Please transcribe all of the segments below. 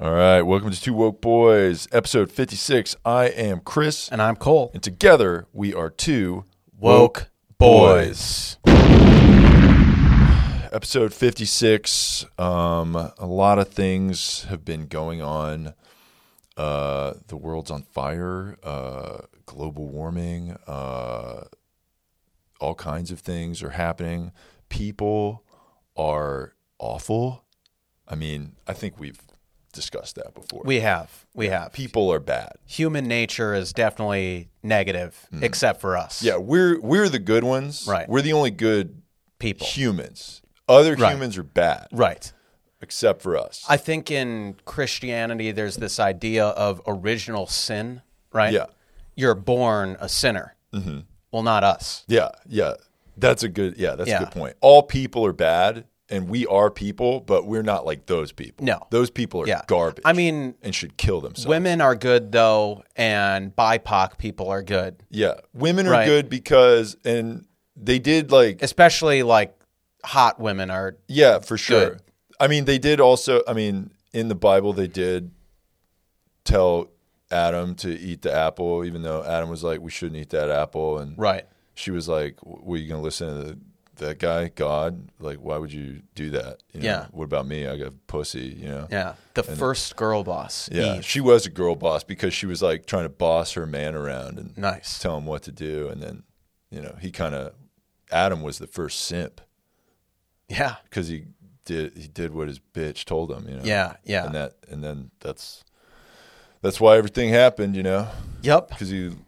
Welcome to Two Woke Boys, episode 56. I am Chris, And I'm Cole. and together we are two Woke Boys. Episode 56. Um, a lot of things have been going on. Uh, the world's on fire, uh, global warming, uh, all kinds of things are happening. People are awful. I mean, I think we've discussed that before. We have. We have. People are bad. Human nature is definitely negative, except for us. Mm. Yeah, we're we're the good ones. Right. We're the only good People. humans. Other Right. humans are bad, Right. except for us. I think in Christianity, there's this idea of original sin, right? Yeah. You're born a sinner. Mm-hmm. Well, not us. yeah, yeah. That's a good yeah, that's Yeah. a good point. All people are bad and we are people, but we're not like those people. No. Those people are Yeah. garbage. I mean, and should kill themselves. women are good, though, and BIPOC people are good, yeah. Women are Right. good because and they did like especially like hot women are. Yeah, for sure. Good. I mean, they did also. I mean, in the Bible, they did tell Adam to eat the apple, even though Adam was like, "We shouldn't eat that apple," and Right. she was like, "W- "Were you going to listen to the, that guy, God? Like, why would you do that? You know, Yeah. What about me? I got pussy. You know. Yeah. The first girl boss. Yeah, Eve. she was a girl boss because she was like trying to boss her man around and Nice. tell him what to do, and then, you know, he kind of Adam was the first simp Yeah. because he did he did what his bitch told him. You know. Yeah. Yeah. and that and then that's that's why everything happened you know yep. because you,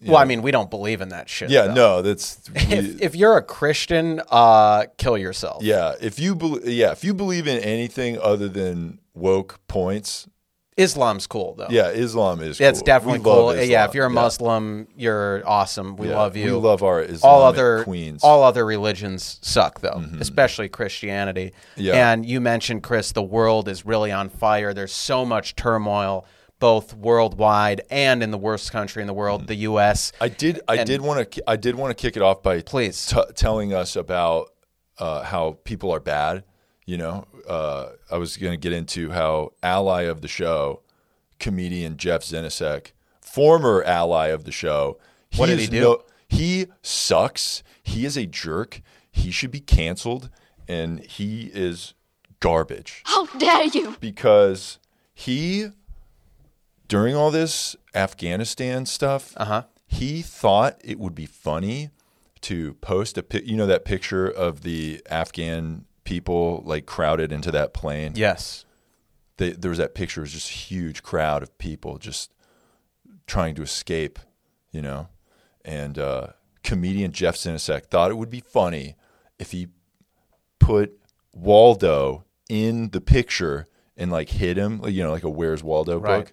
you Well, I know- mean, we don't believe in that shit. yeah though. no that's If, if you're a Christian, uh, kill yourself. yeah if you believe yeah if you believe in anything other than woke points Islam's cool though. yeah islam is that's cool. definitely We love cool. Yeah, Islam. if you're a Muslim, you're awesome. We Yeah. love you. we love our Islamic all other queens Mm-hmm. all other religions suck though, especially Christianity. Yeah. And you mentioned Chris, the world is really on fire. There's so much turmoil, both worldwide and in the worst country in the world, the U.S. Mm-hmm. i did i did want to i did want to kick it off by Please. t- telling us about uh, how people are bad. You know, uh, I was going to get into how ally of the show, comedian Jeff Zinisek, former ally of the show. He What did he is do? he sucks. He is a jerk. He should be canceled, and he is garbage How dare you! because he during all this Afghanistan stuff, uh-huh. he thought it would be funny to post a pic. You know that picture of the Afghan people like crowded into that plane. Yes. They, there was that picture. It was just a huge crowd of people just trying to escape. You know, and uh, comedian Jeff Sinisek thought it would be funny if he put Waldo in the picture and like hid him, like, you know, like a Where's Waldo Right. book.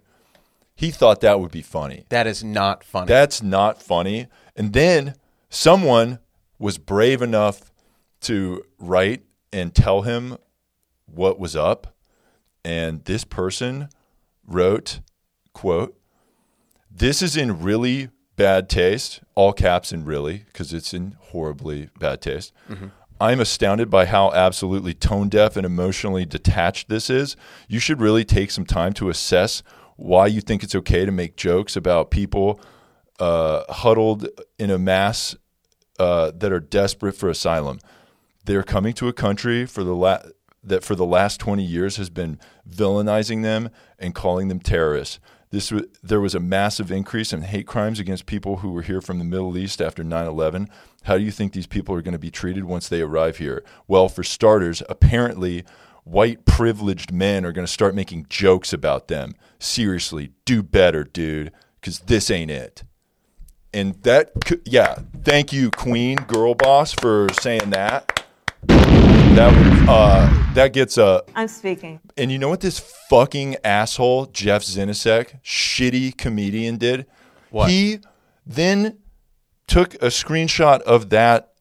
He thought that would be funny. That is not funny. That's not funny. And then someone was brave enough to write and tell him what was up. And this person wrote, quote, this is in really bad taste, all caps in really, because it's in horribly bad taste. I'm astounded by how absolutely tone deaf and emotionally detached this is. You should really take some time to assess why you think it's okay to make jokes about people uh, huddled in a mass uh, that are desperate for asylum. They're coming to a country for the la- that for the last 20 years has been villainizing them and calling them terrorists. This w- there was a massive increase in hate crimes against people who were here from the Middle East after 9/11. How do you think these people are going to be treated once they arrive here? Well, for starters, apparently white privileged men are going to start making jokes about them. Seriously, do better, dude, cuz this ain't it and that could, yeah thank you queen girl boss for saying that that would, uh that gets a I'm speaking. and you know what this fucking asshole jeff zinisek shitty comedian did What? he then took a screenshot of that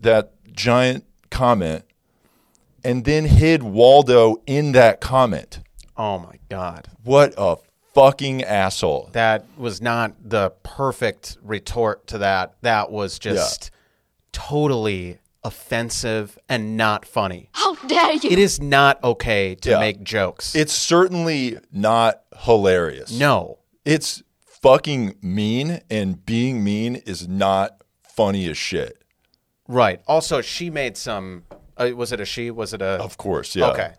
that giant comment and then hid waldo in that comment oh my god. what a fucking asshole that was not the perfect retort to that. That was just totally offensive and not funny. How dare you? It is not okay to Yeah. make jokes. It's certainly not hilarious. no. It's fucking mean, and being mean is not funny as shit. Right. Also, she made some. Uh, was it a she? Was it a? Of course, yeah. Okay.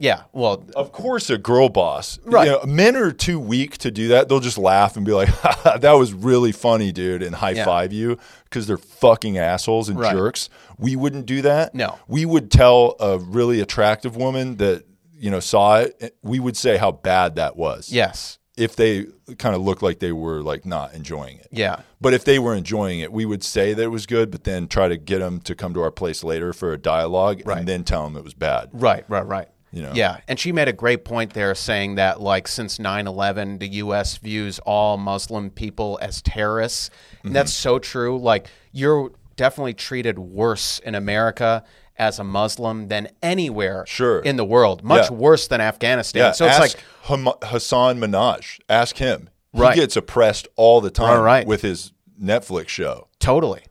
Yeah. Well, Of course, a girl boss. Right. You know, men are too weak to do that. They'll just laugh and be like, that was really funny, dude, and high five you because they're fucking assholes and Right. jerks. We wouldn't do that. No. We would tell a really attractive woman that, you know, saw it, eh, we would say how bad that was. yes. If they kind of looked like they were like not enjoying it. Yeah. But if they were enjoying it, we would say that it was good, but then try to get them to come to our place later for a dialogue Right. and then tell them it was bad. Right. Right. Right. You know. Yeah. And she made a great point there saying that, like, since 9 11, the U.S. views all Muslim people as terrorists. And that's Mm-hmm. so true. Like, you're definitely treated worse in America as a Muslim than anywhere Sure. in the world, much Yeah. worse than Afghanistan. Yeah, so it's ask like, Ham- Hassan Minaj. Ask him. Right. He gets oppressed all the time All right. with his Netflix show. Totally.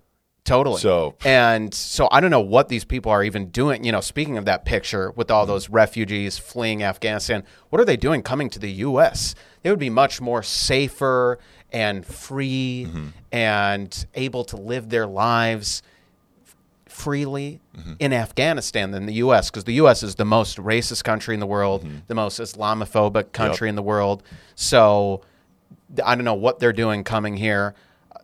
Totally. So- and so I don't know what these people are even doing. You know, speaking of that picture with all those refugees fleeing Afghanistan, what are they doing coming to the US? They would be much more safer and free and able to live their lives freely Mm-hmm. in Afghanistan than the U.S. because the U.S. is the most racist country in the world, Mm-hmm. the most Islamophobic country in the world. So th- I don't know what they're doing coming here.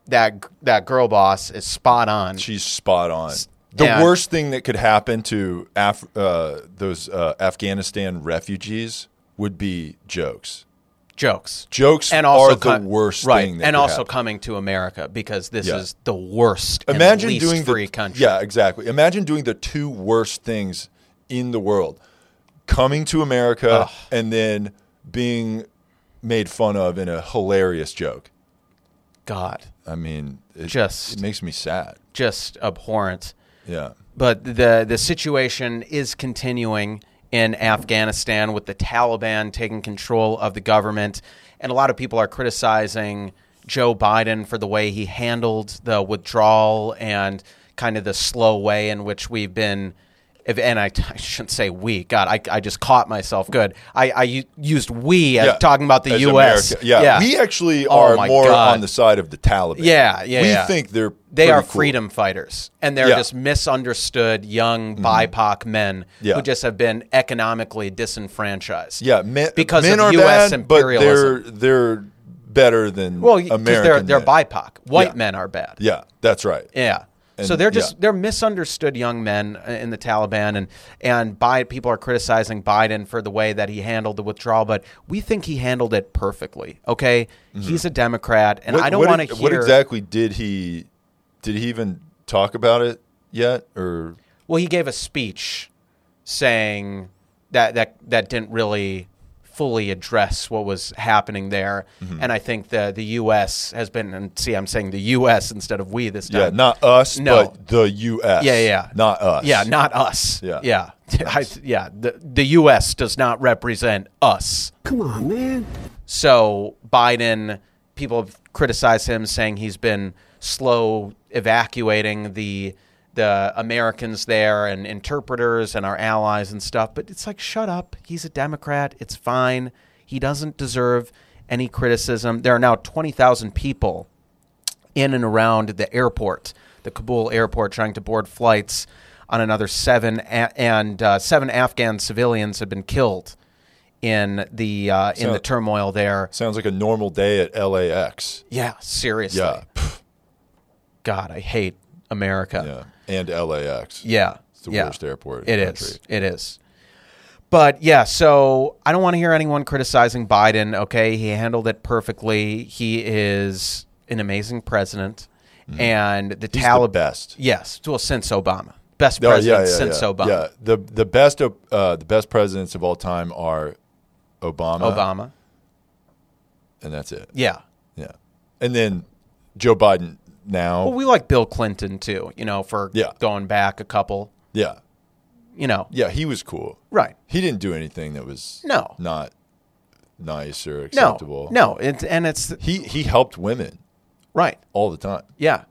That g- that girl boss is spot on. She's spot on. The yeah. worst thing that could happen to Af- uh, those uh, Afghanistan refugees would be jokes. Jokes. Jokes And also are co- the worst right? thing. That and could also happen. coming to America because this Yeah. is the worst. and Imagine least doing free the, country. Yeah, exactly. Imagine doing the two worst things in the world: coming to America and then being made fun of in a hilarious joke. God, I mean, it, Just- it makes me sad. just abhorrent. Yeah, But the the situation is continuing in Afghanistan with the Taliban taking control of the government, and a lot of people are criticizing Joe Biden for the way he handled the withdrawal and kind of the slow way in which we've been. If, and I, I shouldn't say we. God, I, I just caught myself. Good. I, I u- used we as Yeah. talking about the As U.S. America- Yeah. we actually Oh are my more God. on the side of the Taliban. Yeah, yeah, We yeah. think they're they pretty are cool. freedom fighters and they're Yeah. Mm-hmm. just misunderstood young BIPOC men Yeah. who just have been economically disenfranchised. Yeah, men, because men of are U.S. bad, imperialism. but they're they're better than well, because American. they're they're men. BIPOC. White Yeah. men are bad. Yeah, that's right. Yeah. so And- they're just yeah. they're misunderstood young men uh, in the Taliban and and by people are criticizing Biden for the way that he handled the withdrawal, but we think he handled it perfectly. Okay, he's a Democrat, and I don't Mm-hmm. what- want to hear What exactly did he? Did he even talk about it yet? Or Well, he gave a speech saying that that that didn't really fully address what was happening there, and I think the the U.S. has been and see, I'm saying the U.S. instead of we this time. yeah, not us, No. but the U.S. Yeah, yeah, not us. Yeah, not us. Yeah. yeah, I, yeah. The the U.S. does not represent us. Come on, man. So Biden, people have criticized him, saying he's been slow evacuating the the Americans there and interpreters and our allies and stuff. But it's like, shut up. He's a Democrat. It's fine. He doesn't deserve any criticism. There are now twenty thousand people in and around the airport, the Kabul airport, trying to board flights on another seven a- and uh, seven Afghan civilians have been killed in the uh, in the turmoil there. sounds like a normal day at LAX. Yeah, seriously. Yeah, pff, God, I hate yeah, America. and LAX. Yeah. It's the yeah. worst airport in It the is. country. It is. But yeah, so I don't want to hear anyone criticizing Biden. Okay, he handled it perfectly. He is an amazing president, and the Mm-hmm. He's Taliban. the best. Yes, well, since Obama, best Oh, president since yeah. Obama. Yeah, the the best op- uh, the best presidents of all time are Obama, Obama. and that's it. Yeah. Yeah, and then Joe Biden now. Well, we like Bill Clinton too. You know, for Yeah. going back a couple. yeah, You know. yeah, he was cool. Right. He didn't do anything that was No. not nice or No. acceptable. No. It's and it's he he helped women right. all the time. Yeah.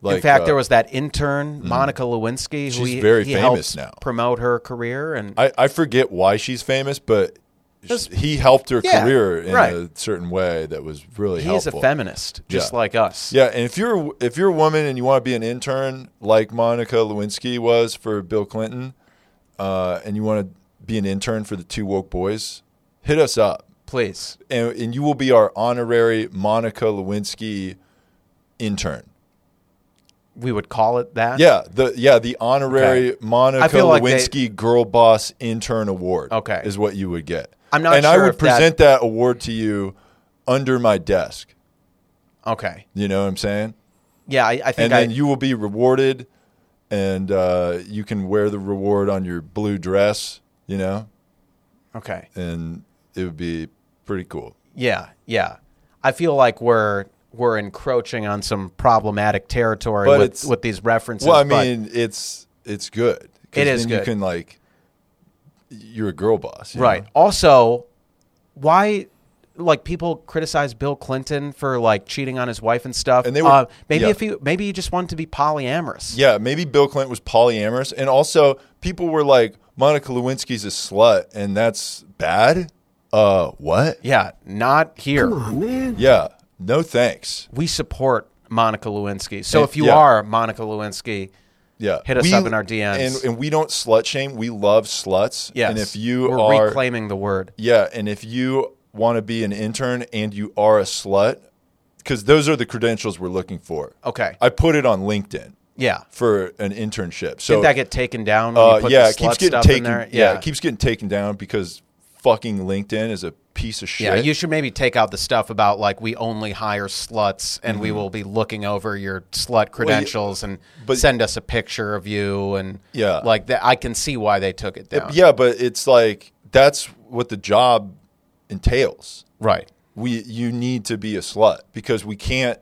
Like, in fact, uh, mm. there was that intern Monica Lewinsky who She's he, very he famous helped now. promote her career and I, I forget why she's famous, but Just- he helped her yeah, career in right. a certain way that was really he's helpful. a feminist just Yeah. like us. Yeah, and if you're if you're a woman and you want to be an intern like Monica Lewinsky was for Bill Clinton, uh, and you want to be an intern for the two woke boys, hit us up, Please, and, and you will be our honorary Monica Lewinsky intern. we would call it that. Yeah, the yeah the honorary Monica I feel like they- Lewinsky Girl Boss Intern Award. Okay. is what you would get. I'm not and I sure would if that- present that award to you under my desk. Okay. You know what I'm saying? Yeah, I, I think and I. then you will be rewarded, and uh, you can wear the reward on your blue dress, you know, okay. and it would be pretty cool. Yeah, yeah. I feel like we're we're encroaching on some problematic territory But with it's- with these references. Well, I but- mean, it's it's good. 'Cause It is then You good. can like, you're a girl boss, you Right. know? Also, why like people criticize Bill Clinton for like cheating on his wife and stuff. And they were- uh, maybe yeah. if he maybe he just wanted to be polyamorous. Yeah, maybe Bill Clinton was polyamorous, and also people were like, Monica Lewinsky's a slut, and that's bad. Uh, what? Yeah, not here. Yeah, no thanks. We support Monica Lewinsky. So Eh, if you yeah. are Monica Lewinsky, Yeah, Hit us up in our DMs. and, and we don't slut shame. We love sluts. yes, and if you we're are reclaiming the word. Yeah, and if you want to be an intern and you are a slut, because those are the credentials we're looking for. Okay. I put it on LinkedIn yeah. for an internship. So Did that get taken down? When you uh, put yeah, the it keeps slut getting stuff taken. in there? Yeah, it keeps getting taken down because fucking LinkedIn is a piece of shit. Yeah, you should maybe take out the stuff about like we only hire sluts and we will be looking over your slut credentials and Mm-hmm. but- send us a picture of you and Yeah. like that. I can see why they took it down. yeah, but it's like that's what the job entails. Right. we you need to be a slut because we can't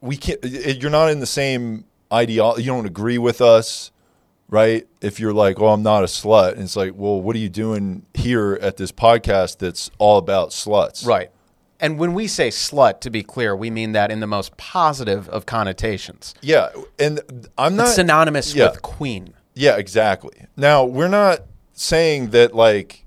we can't y- y- you're not in the same ideology you don't agree with us right if you're like well i'm not a slut and it's like well what are you doing here at this podcast that's all about sluts Right. And when we say slut, to be clear, we mean that in the most positive of connotations. yeah and i'm not It's synonymous yeah. with queen. yeah exactly now we're not saying that like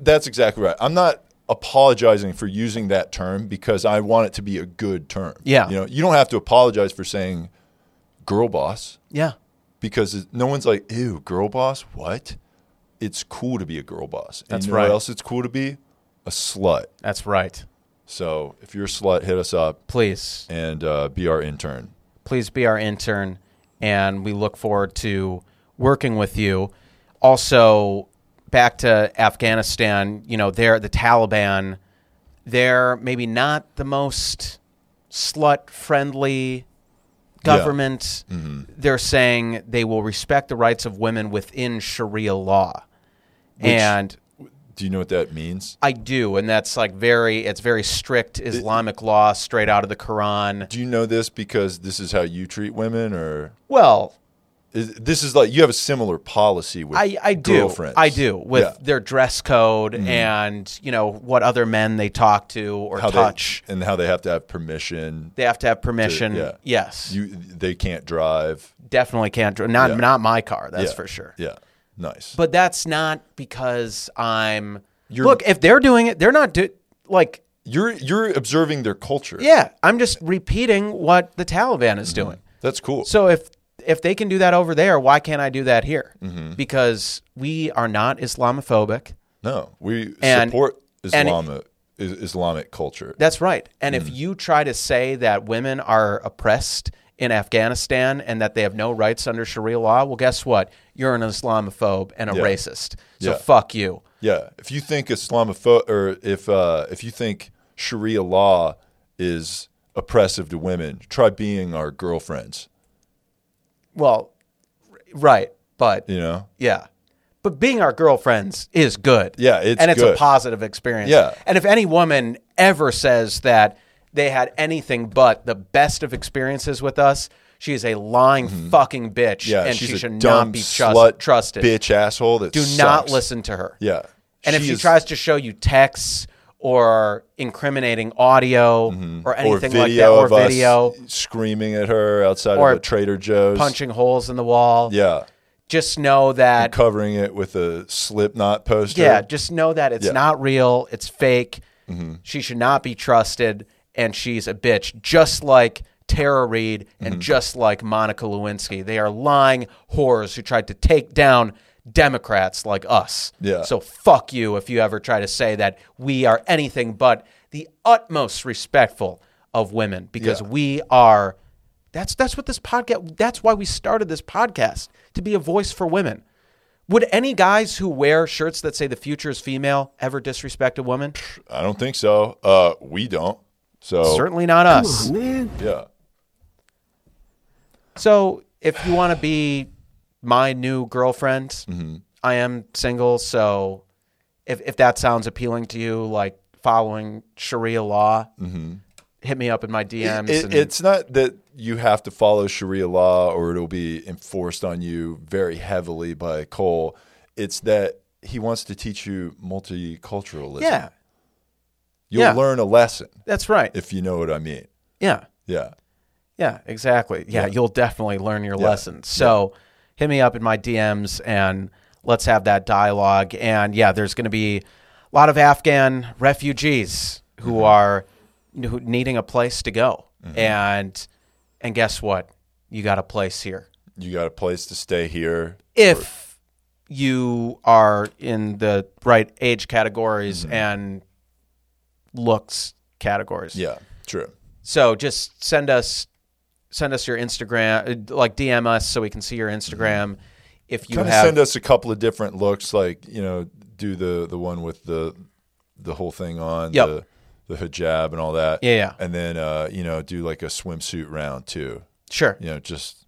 that's exactly right i'm not apologizing for using that term because i want it to be a good term Yeah. you know you don't have to apologize for saying girl boss Yeah. because it- no one's like, ew, girl boss, what? It's cool to be a girl boss. And That's you know what right. else it's cool to be? A slut. That's right. So if you're a slut, hit us up Please. and uh, be our intern. please be our intern and we look forward to working with you also back to afghanistan you know they're the taliban they're maybe not the most slut friendly government they're saying they will respect the rights of women within sharia law and Do you know what that means? i do and that's like very it's very strict islamic law straight out of the quran Do you know this because this is how you treat women, or well is, this is like you have a similar policy with I, I do. girlfriends? I do with Yeah. Mm-hmm. their dress code and you know what other men they talk to or how touch. they, and how they have to have permission. They, have to have permission. yeah. Yes, You they can't drive. definitely can't. dr- Not Yeah. not my car. That's Yeah. for sure. Yeah, nice. But that's not because I'm. You're- look, if they're doing it, they're not do like. you're you're observing their culture. Yeah, I'm just repeating what the Taliban Mm-hmm. is doing. that's cool. So if if they can do that over there, why can't I do that here? Mm-hmm. Because we are not Islamophobic. No, we And- support and- Islamic is Islamic culture. That's right. And Mm. if you try to say that women are oppressed in Afghanistan and that they have no rights under Sharia law, well, guess what? You're an Islamophobe and a racist. So Yeah. fuck you. yeah, if you think Islamopho or if uh, if you think Sharia law is oppressive to women, try being our girlfriends. Well, r- right. But yeah. You know, But being our girlfriends is good. Yeah, it's And it's good. a positive experience. Yeah. And if any woman ever says that they had anything but the best of experiences with us, she is a lying fucking bitch Mm-hmm. yeah, and she's she a should dumb not be trust- slut, trusted. bitch asshole. That Do sucks. not listen to her. Yeah, And if she is- tries to show you texts or incriminating audio or anything Mm-hmm. or like that, video or of us video screaming at her outside Or of a Trader Joe's. punching holes in the wall. Yeah, Just know that covering it with a Slipknot poster. Yeah, just know that it's Yeah. Mm-hmm. not real. It's fake. She should not be trusted, and she's a bitch, just like Tara Reid and Mm-hmm. just like Monica Lewinsky. They are lying whores who tried to take down Democrats like us. Yeah. So fuck you if you ever try to say that we are anything but the utmost respectful of women because Yeah. we are. That's that's what this podcast. That's why we started this podcast to be a voice for women. Would any guys who wear shirts that say the future is female ever disrespect a woman? I don't think so. Uh, we don't. So Certainly not us. yeah, So if you want to be my new girlfriend, Mm-hmm. I am single. So if, if that sounds appealing to you, like following Sharia law, hit me up in my DMs. Mm-hmm. It- and it's not that you have to follow Sharia law or it'll be enforced on you very heavily by Cole. It's that he wants to teach you multiculturalism. yeah, You'll yeah. learn a lesson that's right. if you know what I mean. yeah. Yeah. Yeah, exactly. Yeah, you'll definitely learn your lessons. So hit me up in my DMs and let's have that dialogue. And yeah, there's going to be a lot of Afghan refugees who are who, needing a place to go. And and guess what? You got a place here. You got a place to stay here. If you are in the right age categories and looks categories. Yeah. True. So just send us send us your Instagram, uh, like DM us so we can see your Instagram. If you Kind of have send us a couple of different looks, like you know, do the the one with the the whole thing on Yep. the the hijab and all that. Yeah, yeah. And then uh, you know, do like a swimsuit round too. sure, You know, just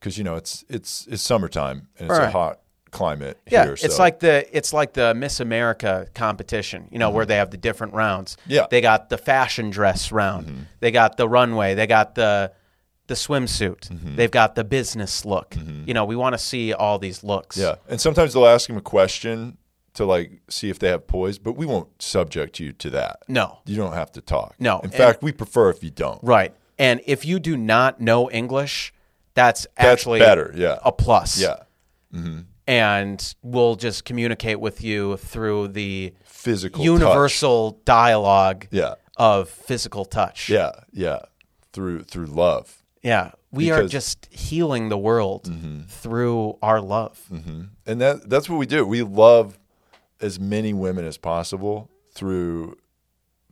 because you know it's it's it's summertime and it's a Right. hot climate yeah, here. it's so- like the it's like the Miss America competition, you know, where they have the different rounds. Mm-hmm. Yeah. Mm-hmm. they got the fashion dress round, they got the runway, they got the the swimsuit, Mm-hmm. they've got the business look. You know, we want to see all these looks. yeah, and sometimes they'll ask him a question to like see if they have poise, but we won't subject you to that. no, You don't have to talk. No, In and- fact, we prefer if you don't. right. And if you do not know English, that's, That's actually better. Yeah. a plus. Yeah. and we'll just communicate with you through the Physical touch. universal dialogue Yeah. of physical touch. Yeah, yeah. Through through love. Yeah. We are Because- Mm-hmm. just healing the world through our love. And that that's what we do. We love as many women as possible through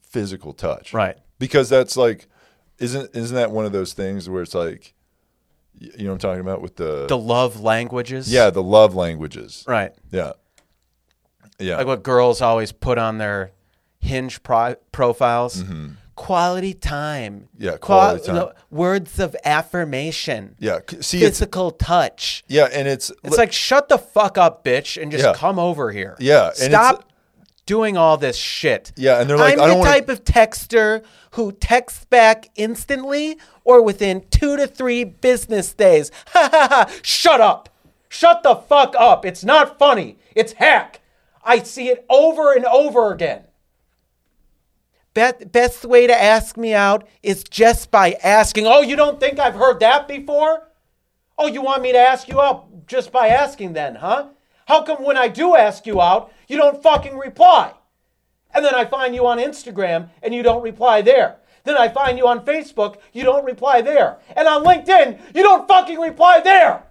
physical touch. Right. Because that's like isn't isn't that one of those things where it's like y- you know what I'm talking about with the, The love languages. Yeah, the love languages. Right. Yeah. Yeah. Like what girls always put on their hinge pro- profiles. Quality time. Mm-hmm. Yeah, Qua- quality time. lo- words of affirmation. yeah. c- See it's Physical touch. yeah, and it's It's like shut the fuck up, bitch, and just Yeah. come over here. Yeah, and it's- Stop doing all this shit. Yeah, and they're like, I'm "I don't the wanna-" type of texter who texts back instantly or within two to three business days. Ha ha ha! Shut up! Shut the fuck up! It's not funny. It's hack. I see it over and over again. Best, best way to ask me out is just by asking. Oh, you don't think I've heard that before? Oh, you want me to ask you out just by asking then, huh? How come when I do ask you out, you don't fucking reply? And then I find you on Instagram and you don't reply there. Then I find you on Facebook, you don't reply there. And on LinkedIn, you don't fucking reply there.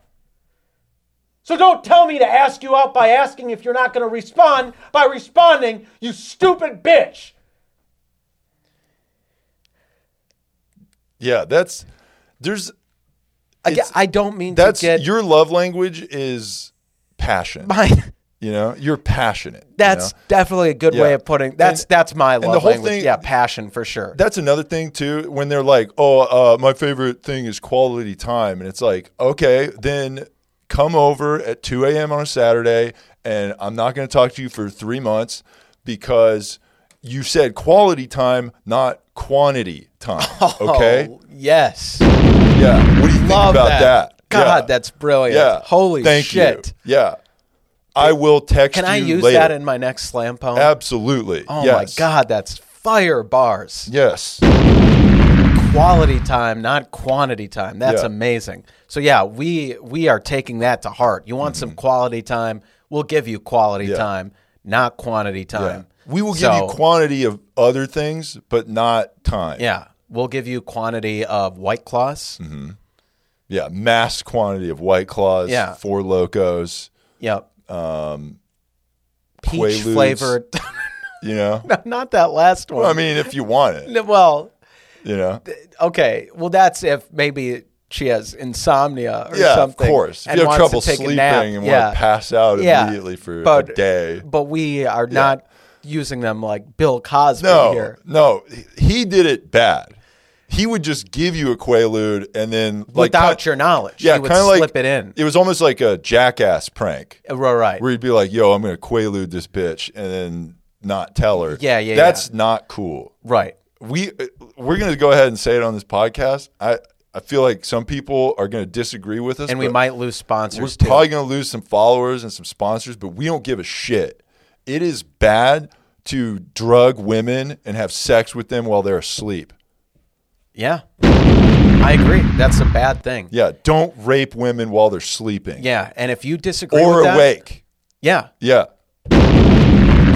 So don't tell me to ask you out by asking if you're not going to respond by responding, you stupid bitch. yeah, that's there's I, It's- I don't mean that's to get your love language is passion. mine. You know, you're passionate. you That's know? definitely a good Yeah. way of putting. That's And- that's my the love whole language. thing- yeah, passion for sure. that's another thing too. When they're like, "Oh, uh, my favorite thing is quality time," and it's like, okay, then come over at 2 a.m. on a Saturday, and I'm not going to talk to you for three months because you said quality time, not quantity time. Okay, Oh, yes. yeah. What do you think Love about that? that. God, Yeah. that's brilliant. Yeah. Holy Thank shit. You. Yeah. I will text Can I you use later. that in my next slam poem? Absolutely. oh yes. my god, that's fire bars. Yes. Quality time, not quantity time. That's Yeah. amazing. So yeah, we we are taking that to heart. You want some quality time? We'll give you quality Mm-hmm. Yeah. time, not quantity Yeah. time. We will give you So- quantity of other things, but not time. Yeah, we'll give you quantity of white claws. Mm-hmm. Yeah, mass quantity of White Claws, Yeah. Four Locos, Yep. Um, peach Quaaludes. flavored. you know? not that last one. I mean, if you want it, No, well, you know? okay. Well, that's if maybe she has insomnia or yeah, something. of course. If and you have wants to trouble take a sleeping nap, and yeah, want to pass out Yeah. immediately for But- a day. but we are not using them like Bill Cosby No, here. no, he did it bad. He would just give you a Quaalude and then like Without kin- your knowledge, yeah, he would kinda slip like- it in. It was almost like a jackass prank. Uh, right, where right. you'd be like, "Yo, I'm gonna quaalude this bitch," and then not tell her. Yeah, yeah, That's not cool. right. We uh, we're gonna go ahead and say it on this podcast. I I feel like some people are gonna disagree with us, And we but might lose We're sponsors too. probably gonna lose some followers and some sponsors, but we don't give a shit. It is bad to drug women and have sex with them while they're asleep. yeah, I agree. That's a bad thing. Yeah, don't rape women while they're sleeping Yeah, and if you disagree or with that- awake. yeah, Yeah.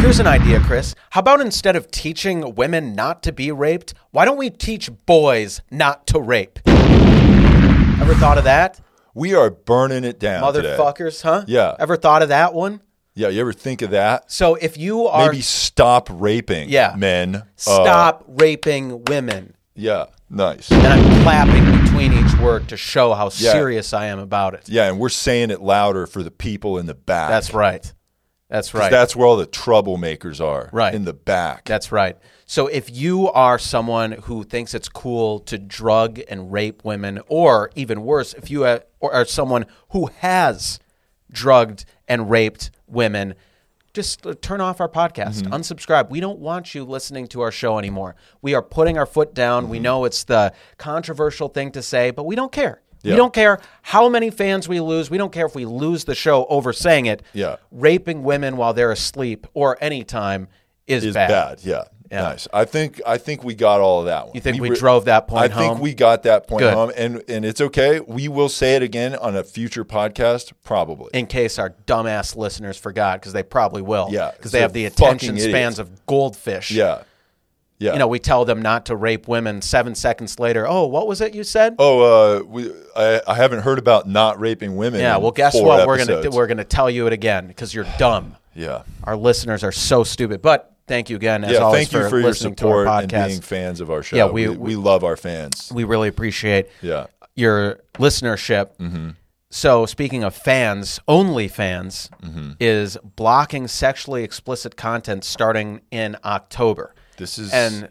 Here's an idea, Chris. How about instead of teaching women not to be raped, why don't we teach boys not to rape? Ever thought of that? We are burning it down. today. Motherfuckers, huh? Yeah. Ever thought of that one? Yeah, you ever think of that? So if you are maybe stop raping Yeah. men. Uh, stop raping women, yeah, nice. and I'm clapping between each word to show how Yeah. serious I am about it. Yeah, and we're saying it louder for the people in the back. That's right. That's right. That's where all the troublemakers are. Right. In the back. That's right. So if you are someone who thinks it's cool to drug and rape women, or even worse, if you are, or are someone who has drugged and raped women, just uh, turn off our podcast, Mm-hmm. unsubscribe. We don't want you listening to our show anymore. We are putting our foot down. Mm-hmm. We know it's the controversial thing to say, but we don't care. We Yeah. don't care how many fans we lose. We don't care if we lose the show over saying it. Yeah. Raping women while they're asleep or any time is, is bad. bad. Yeah. Nice. I think I think we got all of that one. You think we drove that point I home? think we got that point Good. home, and and it's okay. We will say it again on a future podcast, probably. in case our dumbass listeners forgot, because they probably will. Yeah, because they they're have the attention fucking idiots. spans of goldfish. yeah, yeah. you know, we tell them not to rape women. Seven seconds later, oh, what was it you said? oh, uh, we I, I haven't heard about not raping women. yeah, in well, guess four what? We're gonna episodes. we're gonna tell you it again because you're dumb. yeah. Our listeners are so stupid. But thank you again, as yeah, always, thank you for, for, your listening support to our and podcast. being fans of our show. Yeah, we- we, we, love our fans. we really appreciate Yeah. your listenership. Mm-hmm. So, speaking of fans, only fans Mm-hmm. is blocking sexually explicit content starting in October. This is and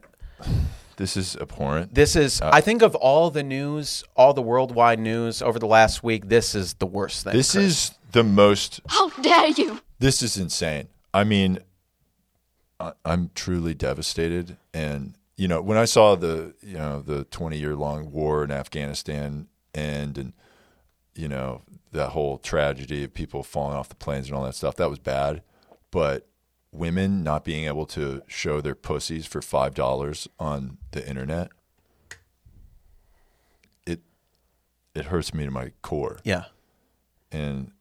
this is abhorrent. this is, Uh, I think, of all the news, all the worldwide news over the last week, this is the worst thing. This is the most. How dare you! This is insane. I mean, I, I'm truly devastated. And you know, when I saw the you know the 20 year long war in Afghanistan end, and you know that whole tragedy of people falling off the planes and all that stuff, that was bad. But women not being able to show their pussies for five dollars on the internet, it it hurts me to my core yeah. and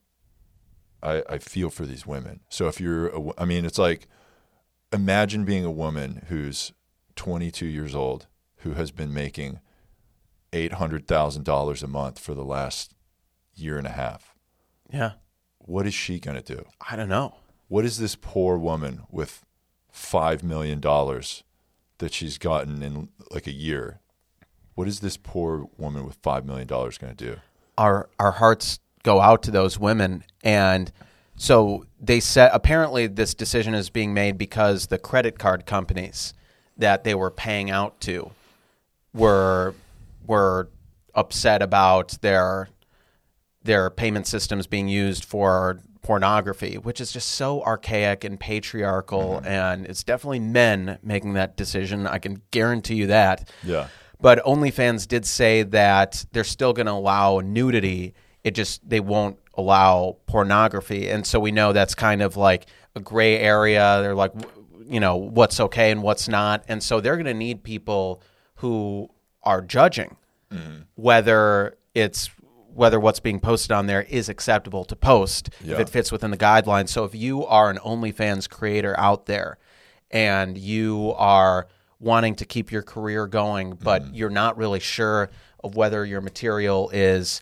I, I feel for these women. So if you're, a wo- I mean, it's like imagine being a woman who's 22 years old who has been making eight hundred thousand dollars a month for the last year and a half. Yeah. What is she going to do? I don't know. What is this poor woman with five million dollars that she's gotten in like a year? What is this poor woman with five million dollars going to do? our our hearts go out to those women and so they said apparently this decision is being made because the credit card companies that they were paying out to were were upset about their their payment systems being used for pornography which is just so archaic and patriarchal and it's definitely men making that decision i can guarantee you that Yeah. but OnlyFans did say that they're still going to allow nudity it just they won't allow pornography, and so we know that's kind of like a gray area. They're like, w- you know, what's okay and what's not, and so they're going to need people who are judging whether it's whether what's being posted on there is acceptable to post if Yeah. it fits within the guidelines. So if you are an OnlyFans creator out there and you are wanting to keep your career going, but Mm-hmm. you're not really sure of whether your material is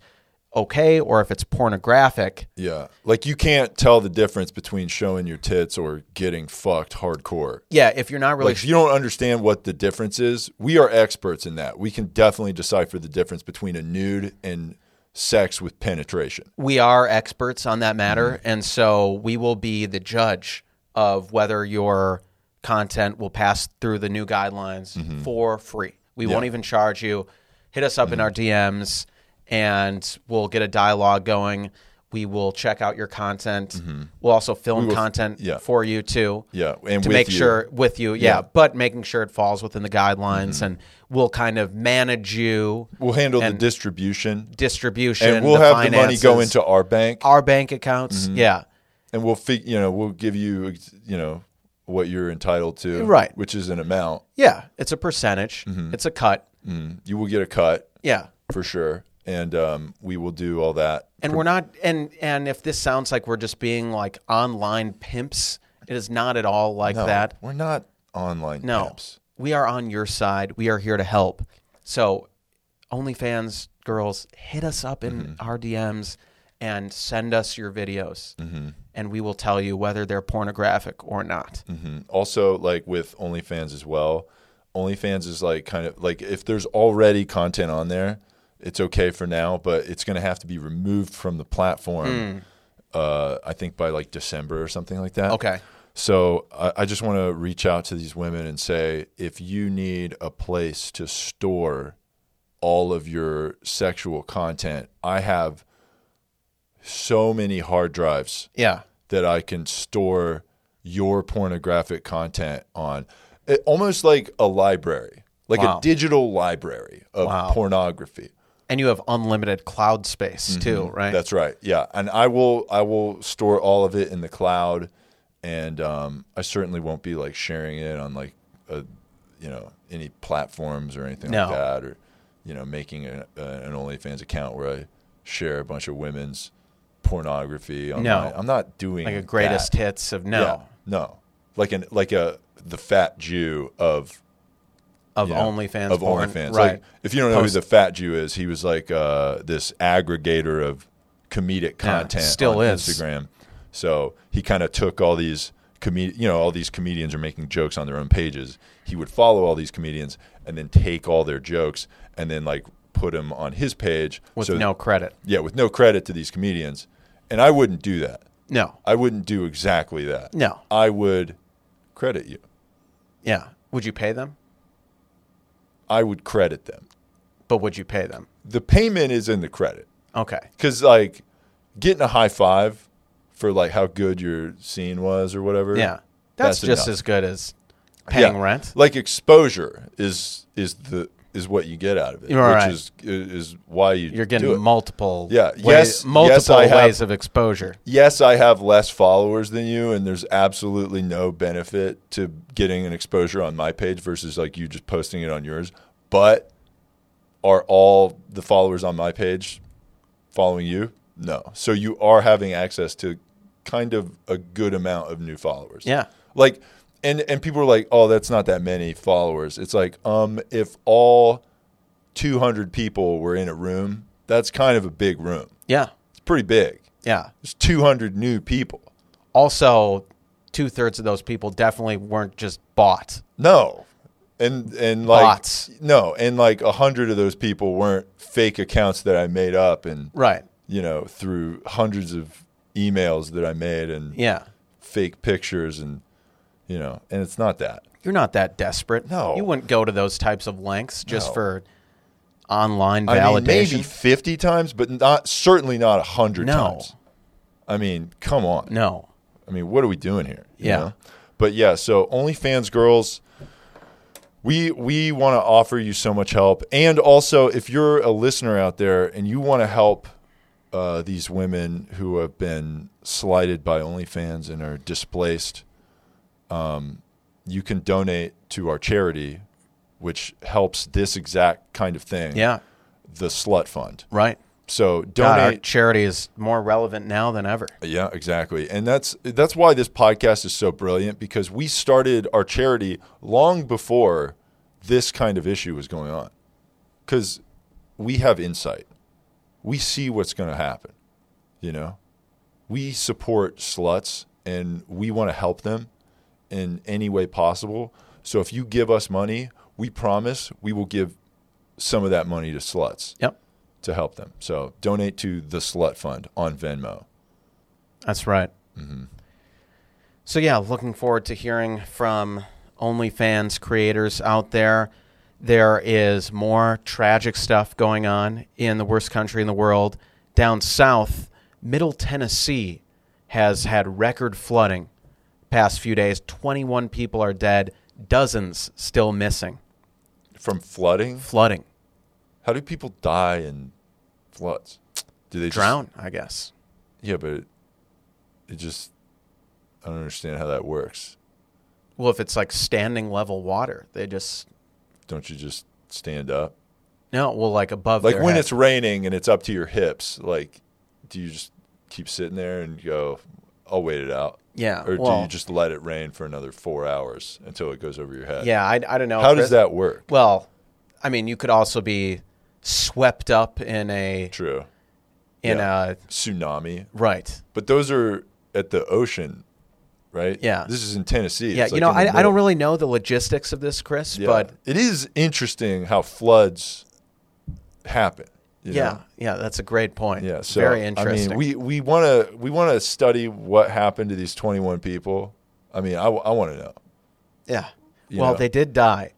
okay or if it's pornographic, Yeah. Like you can't tell the difference between showing your tits or getting fucked hardcore. yeah, if you're not really Like if you don't understand what the difference is, we are experts in that. We can definitely decipher the difference between a nude and sex with penetration. we are experts on that matter, Mm-hmm. and so we will be the judge of whether your content will pass through the new guidelines Mm-hmm. for free. We won't even charge you. Hit us up in our DMs, and we'll get a dialogue going. We will check out your content. Mm-hmm. We'll also film content yeah. for you too. Yeah, and to with make you. sure with you, yeah, but making sure it falls within the guidelines, Mm-hmm. and we'll kind of manage you We'll handle And- the distribution distribution. and we'll the have finances, the money go into our bank our bank accounts. Mm-hmm. Yeah. and we'll fig- you know, we'll give you you know what you're entitled to. Right. Which is an amount. Yeah. It's a percentage. Mm-hmm. It's a cut. Mm. You will get a cut Yeah. for sure. And um, we will do all that. And we're not and and if this sounds like we're just being like online pimps, it is not at all like that. We're not online No. pimps. We are on your side. We are here to help. So OnlyFans girls, hit us up in Mm-hmm. our DMs and send us your videos. Mm-hmm. And we will tell you whether they're pornographic or not. Mhm. Also, like with OnlyFans as well, OnlyFans is like kind of like if there's already content on there, it's okay for now, but it's going to have to be removed from the platform. Uh, I think by like December or something like that. Okay. So I, I just want to reach out to these women and say if you need a place to store all of your sexual content, I have so many hard drives Yeah. that I can store your pornographic content on. It, almost like a library, like Wow. a digital library of Wow. pornography. And you have unlimited cloud space too, right? Mm-hmm. That's right. Yeah, and I will I will store all of it in the cloud, and um, I certainly won't be like sharing it on like a, you know any platforms or anything No. like that, or you know making a, a, an OnlyFans account where I share a bunch of women's pornography. On No. my- I'm not doing like a that. greatest hits of no. Yeah, no, like an like a the fat Jew of of you know, OnlyFans. of porn. OnlyFans. right? Like, if you don't know Post- who the fat Jew is, he was like uh, this aggregator of comedic content. still on is. Instagram. So he kind of took all these comedians. You know, all these comedians are making jokes on their own pages. He would follow all these comedians and then take all their jokes and then like put them on his page with So- no credit. yeah, with no credit to these comedians. And I wouldn't do that. No, I wouldn't do exactly that. no, I would credit you. yeah. Would you pay them? I would credit them. But would you pay them? The payment is in the credit. Okay, because like getting a high five for like how good your scene was or whatever. yeah. That's, just enough. as good as paying Yeah. rent. Like exposure is is the is what you get out of it, You're which right. is is why you You're do getting it. multiple, Yeah, ways, yes- yes, multiple I have- ways of exposure. yes, I have less followers than you, and there's absolutely no benefit to getting an exposure on my page versus like you just posting it on yours. But are all the followers on my page following you? No. So you are having access to kind of a good amount of new followers. Yeah. Like, and and people are like, oh, that's not that many followers. It's like, um, if all 200 people were in a room, that's kind of a big room. Yeah, It's pretty big. yeah. There's 200 new people. Also, two thirds of those people definitely weren't just bought. No, and and like Bots. no, and like a hundred of those people weren't fake accounts that I made up, and Right. you know through hundreds of emails that I made and Yeah. fake pictures, and you know, and it's not that. You're not that desperate. No. You wouldn't go to those types of lengths just No. for online validation. I mean, maybe fifty times, but not certainly not a hundred No. times. I mean, come on. no. I mean, what are we doing here? you Yeah. know? But yeah, so OnlyFans girls, we we want to offer you so much help. And also if you're a listener out there and you want to help uh, these women who have been slighted by OnlyFans and are displaced, um, you can donate to our charity, which helps this exact kind of thing. Yeah. the Slut Fund. Right. So God, our donate. charity is more relevant now than ever. yeah, exactly, and that's that's why this podcast is so brilliant because we started our charity long before this kind of issue was going on, because we have insight, we see what's going to happen, you know, we support sluts and we want to help them in any way possible. So if you give us money, we promise we will give some of that money to sluts Yep. to help them. So donate to the Slut Fund on Venmo. That's right. Mm-hmm. So yeah, looking forward to hearing from OnlyFans creators out there. There is more tragic stuff going on in the worst country in the world. Down south, Middle Tennessee has had record flooding past few days. 21 people are dead, dozens still missing. From flooding? Flooding, How do people die in floods? Do they just- drown, I guess. yeah, but it, it just I don't understand how that works. Well, if it's like standing level water, they just Don't you just stand up? no, well like above Like their when head. it's raining and it's up to your hips, like do you just keep sitting there and go, I'll wait it out? Yeah, Or do well- you just let it rain for another four hours until it goes over your head? Yeah, I, I don't know. How Chris. does that work? Well, I mean, you could also be swept up in a True. in yeah. a Tsunami. right. But those are at the ocean, right? Yeah. This is in Tennessee. Yeah, It's you like know, in the I, I middle. don't really know the logistics of this, Chris, Yeah. but it is interesting how floods happen. you yeah, know? yeah, that's a great point. Yeah. So very interesting. I mean, we we want to we want to study what happened to these 21 people. I mean, I, want to know. yeah. you Well, know. they did die,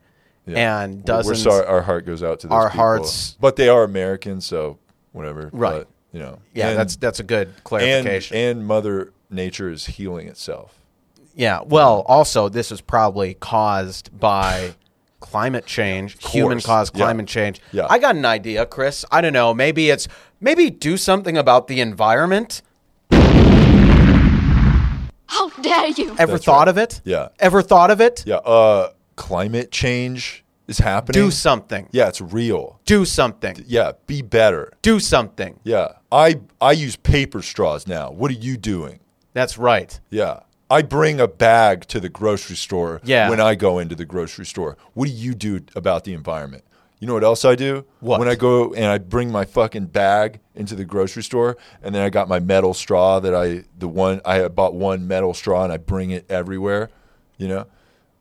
Yeah. and We're- dozens. We're sorry. Our heart goes out to those Our people. hearts- but they are American, so whatever. Right. But, you know. Yeah, and- that's that's a good and clarification. and Mother Nature is healing itself. yeah. Well, also this is probably caused by climate change, human caused Yeah. climate change. Yeah. I got an idea, Chris. I don't know. Maybe it's maybe do something about the environment. How dare you! Ever That's thought right. of it? Yeah. Ever thought of it? Yeah. Uh, climate change is happening. Do something. Yeah, it's real. Do something. Yeah, be better. Do something. Yeah. I I use paper straws now. What are you doing? That's right. Yeah. I bring a bag to the grocery store Yeah. when I go into the grocery store. What do you do about the environment? You know what else I do? What? When I go and I bring my fucking bag into the grocery store and then I got my metal straw that I the one I had bought one metal straw and I bring it everywhere, you know?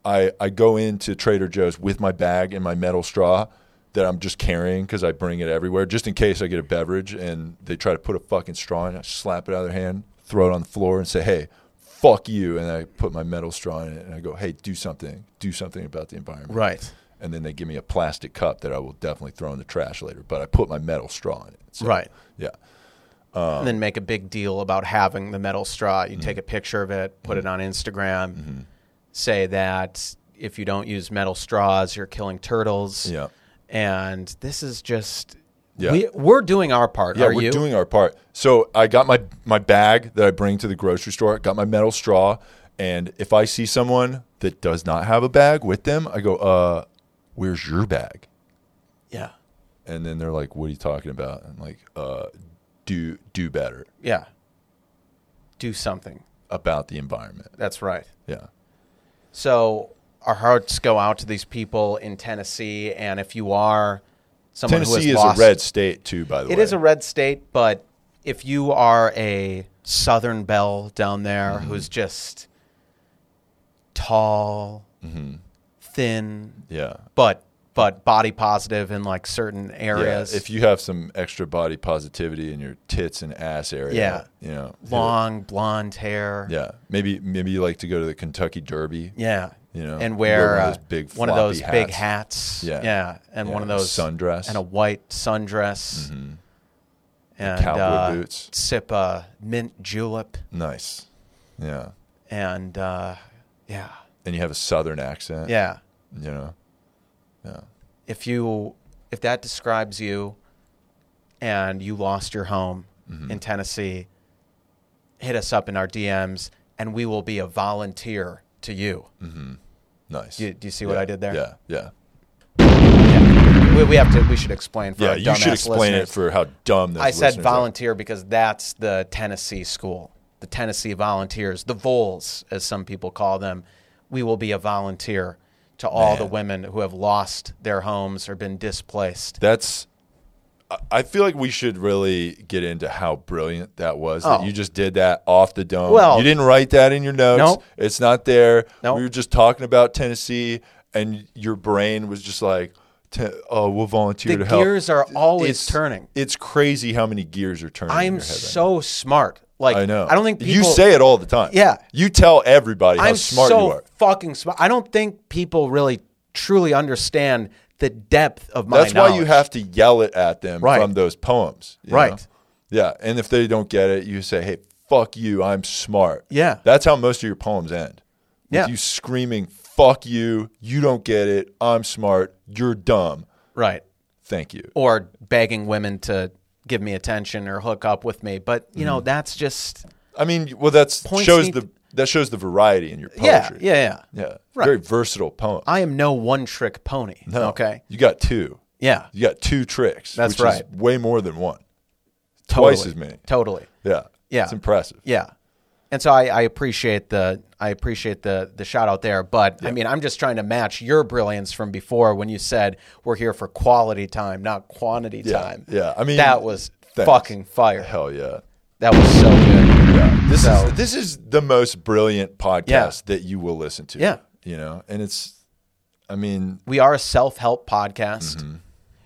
I I go into Trader Joe's with my bag and my metal straw that I'm just carrying cuz I bring it everywhere just in case I get a beverage and they try to put a fucking straw in, I slap it out of their hand, throw it on the floor and say, "Hey, fuck you." And I put my metal straw in it and I go, "Hey, do something. Do something about the environment." Right. and then they give me a plastic cup that I will definitely throw in the trash later. But I put my metal straw in it. So, Right. Yeah. Oh. and then make a big deal about having the metal straw. Mm-hmm. You take a picture of it, put it on Instagram, say that if you don't use metal straws, you're killing turtles. Yeah. And this is just Yeah. we, we're doing our part. Yeah, Are we're you? doing our part. So I got my my bag that I bring to the grocery store. Got my metal straw, and if I see someone that does not have a bag with them, I go, "Uh, where's your bag?" yeah. And then they're like, "What are you talking about?" I'm like, "Uh, do do better Yeah. Do something. about the environment." That's right. Yeah. So our hearts go out to these people in Tennessee, and if you are someone who has Tennessee is lost, a red state too, by the It way. is a red state, but if you are a Southern belle down there Mm-hmm. who's just tall, Mm-hmm. thin, yeah. but but body positive in like certain Yeah, areas, if you have some extra body positivity in your tits and ass area, you know, long blonde hair, yeah, maybe maybe you like to go to the Kentucky Derby, yeah, You know, and wear wear one of uh, those big one of those floppy big hats. hats, Yeah. and Yeah, one of and a those sundress. Mm-hmm. and a white sundress, and cowboy uh, boots. sip a mint julep, nice, yeah, and uh, yeah. and you have a southern accent, Yeah. you know, yeah, If you if that describes you and you lost your home Mm-hmm. in Tennessee, hit us up in our DMs, and we will be a volunteer to you. Nice. Do you- do you see what Mm. Yeah, I did there? Yeah, yeah, We, we have to. We should explain for yeah. our You should dumbass explain listeners. it for how dumb those I said listeners are. volunteer because that's the Tennessee school, the Tennessee Volunteers, the Vols, as some people call them. We will be a volunteer to all the women who have lost their homes or been displaced. That's. I- I feel like we should really get into how brilliant that was. That Oh. you just did that off the dome. Well- you didn't write that in your notes. Nope. It's not there. Nope. We were just talking about Tennessee, and your brain was just like, "Te- "Oh, we'll volunteer The to help." gears are always It's- turning. It's crazy how many gears are turning. in your I'm head right so smart. Like now. I know. I don't think people, you say it all the time. Yeah. you tell everybody how I'm smart so you are. fucking smart. I don't think people really truly understand the depth of my. That's why you knowledge. have to yell it at them Right. from those poems. you Right. know? Yeah. And if they don't get it, you say, hey, fuck you. I'm smart. Yeah. That's how most of your poems end. With Yeah. You screaming, fuck you. You don't get it. I'm smart. You're dumb. right. Thank you. or begging women to give me attention or hook up with me. But you Mm-hmm. know, that's just I mean, well, that's Points shows need the that shows the variety in your yeah, poetry. yeah, yeah. Yeah. Right. Very versatile poem. I am no one trick pony. No. Okay. You got two. Yeah. You got two tricks. That's which is right. way more than one. Totally. Twice as many. Totally. Yeah. Yeah. It's impressive. Yeah. And so I, I appreciate the I appreciate the the shout out there, but I mean I'm just trying to match your brilliance from before when you said we're here for quality time, not quantity time. yeah. I mean, that was thanks. fucking fire. Hell yeah. That was so good. Yeah, this So- is this is the most brilliant podcast Yeah. that you will listen to. Yeah. you know, and it's, I mean, We are a self-help podcast. Mm-hmm.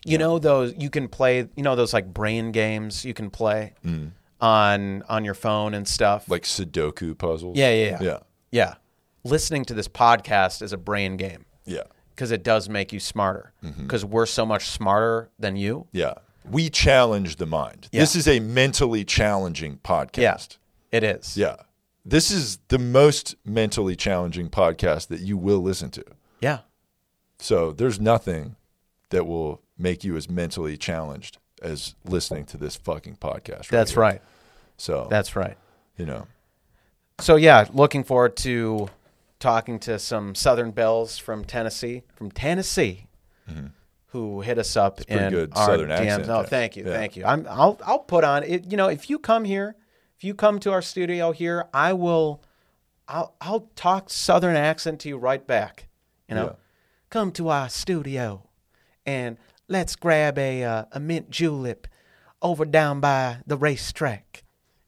You know those you can play, you know those like brain games you can play on on your phone and stuff. Mm. like Sudoku puzzles. yeah, yeah, yeah. yeah, Yeah. Listening to this podcast is a brain game yeah, because it does make you smarter because we're so much smarter than you. yeah. We challenge the mind. Yeah. This is a mentally challenging podcast. Yeah. It is. Yeah. this is the most mentally challenging podcast that you will listen to. Yeah. So there's nothing that will make you as mentally challenged as listening to this fucking podcast. Right That's here. right. So That's right. you know. So yeah, looking forward to talking to some Southern Bells from Tennessee, from Tennessee, who hit us up Mm-hmm. pretty in good our Southern DMs. accent, oh, Jack. thank you, Yeah. thank you. I'm, I'll I'll put on it. You know, if you come here, if you come to our studio here, I will, I'll I'll talk Southern accent to you right back. You know, Yeah. come to our studio, and let's grab a uh, a mint julep over down by the racetrack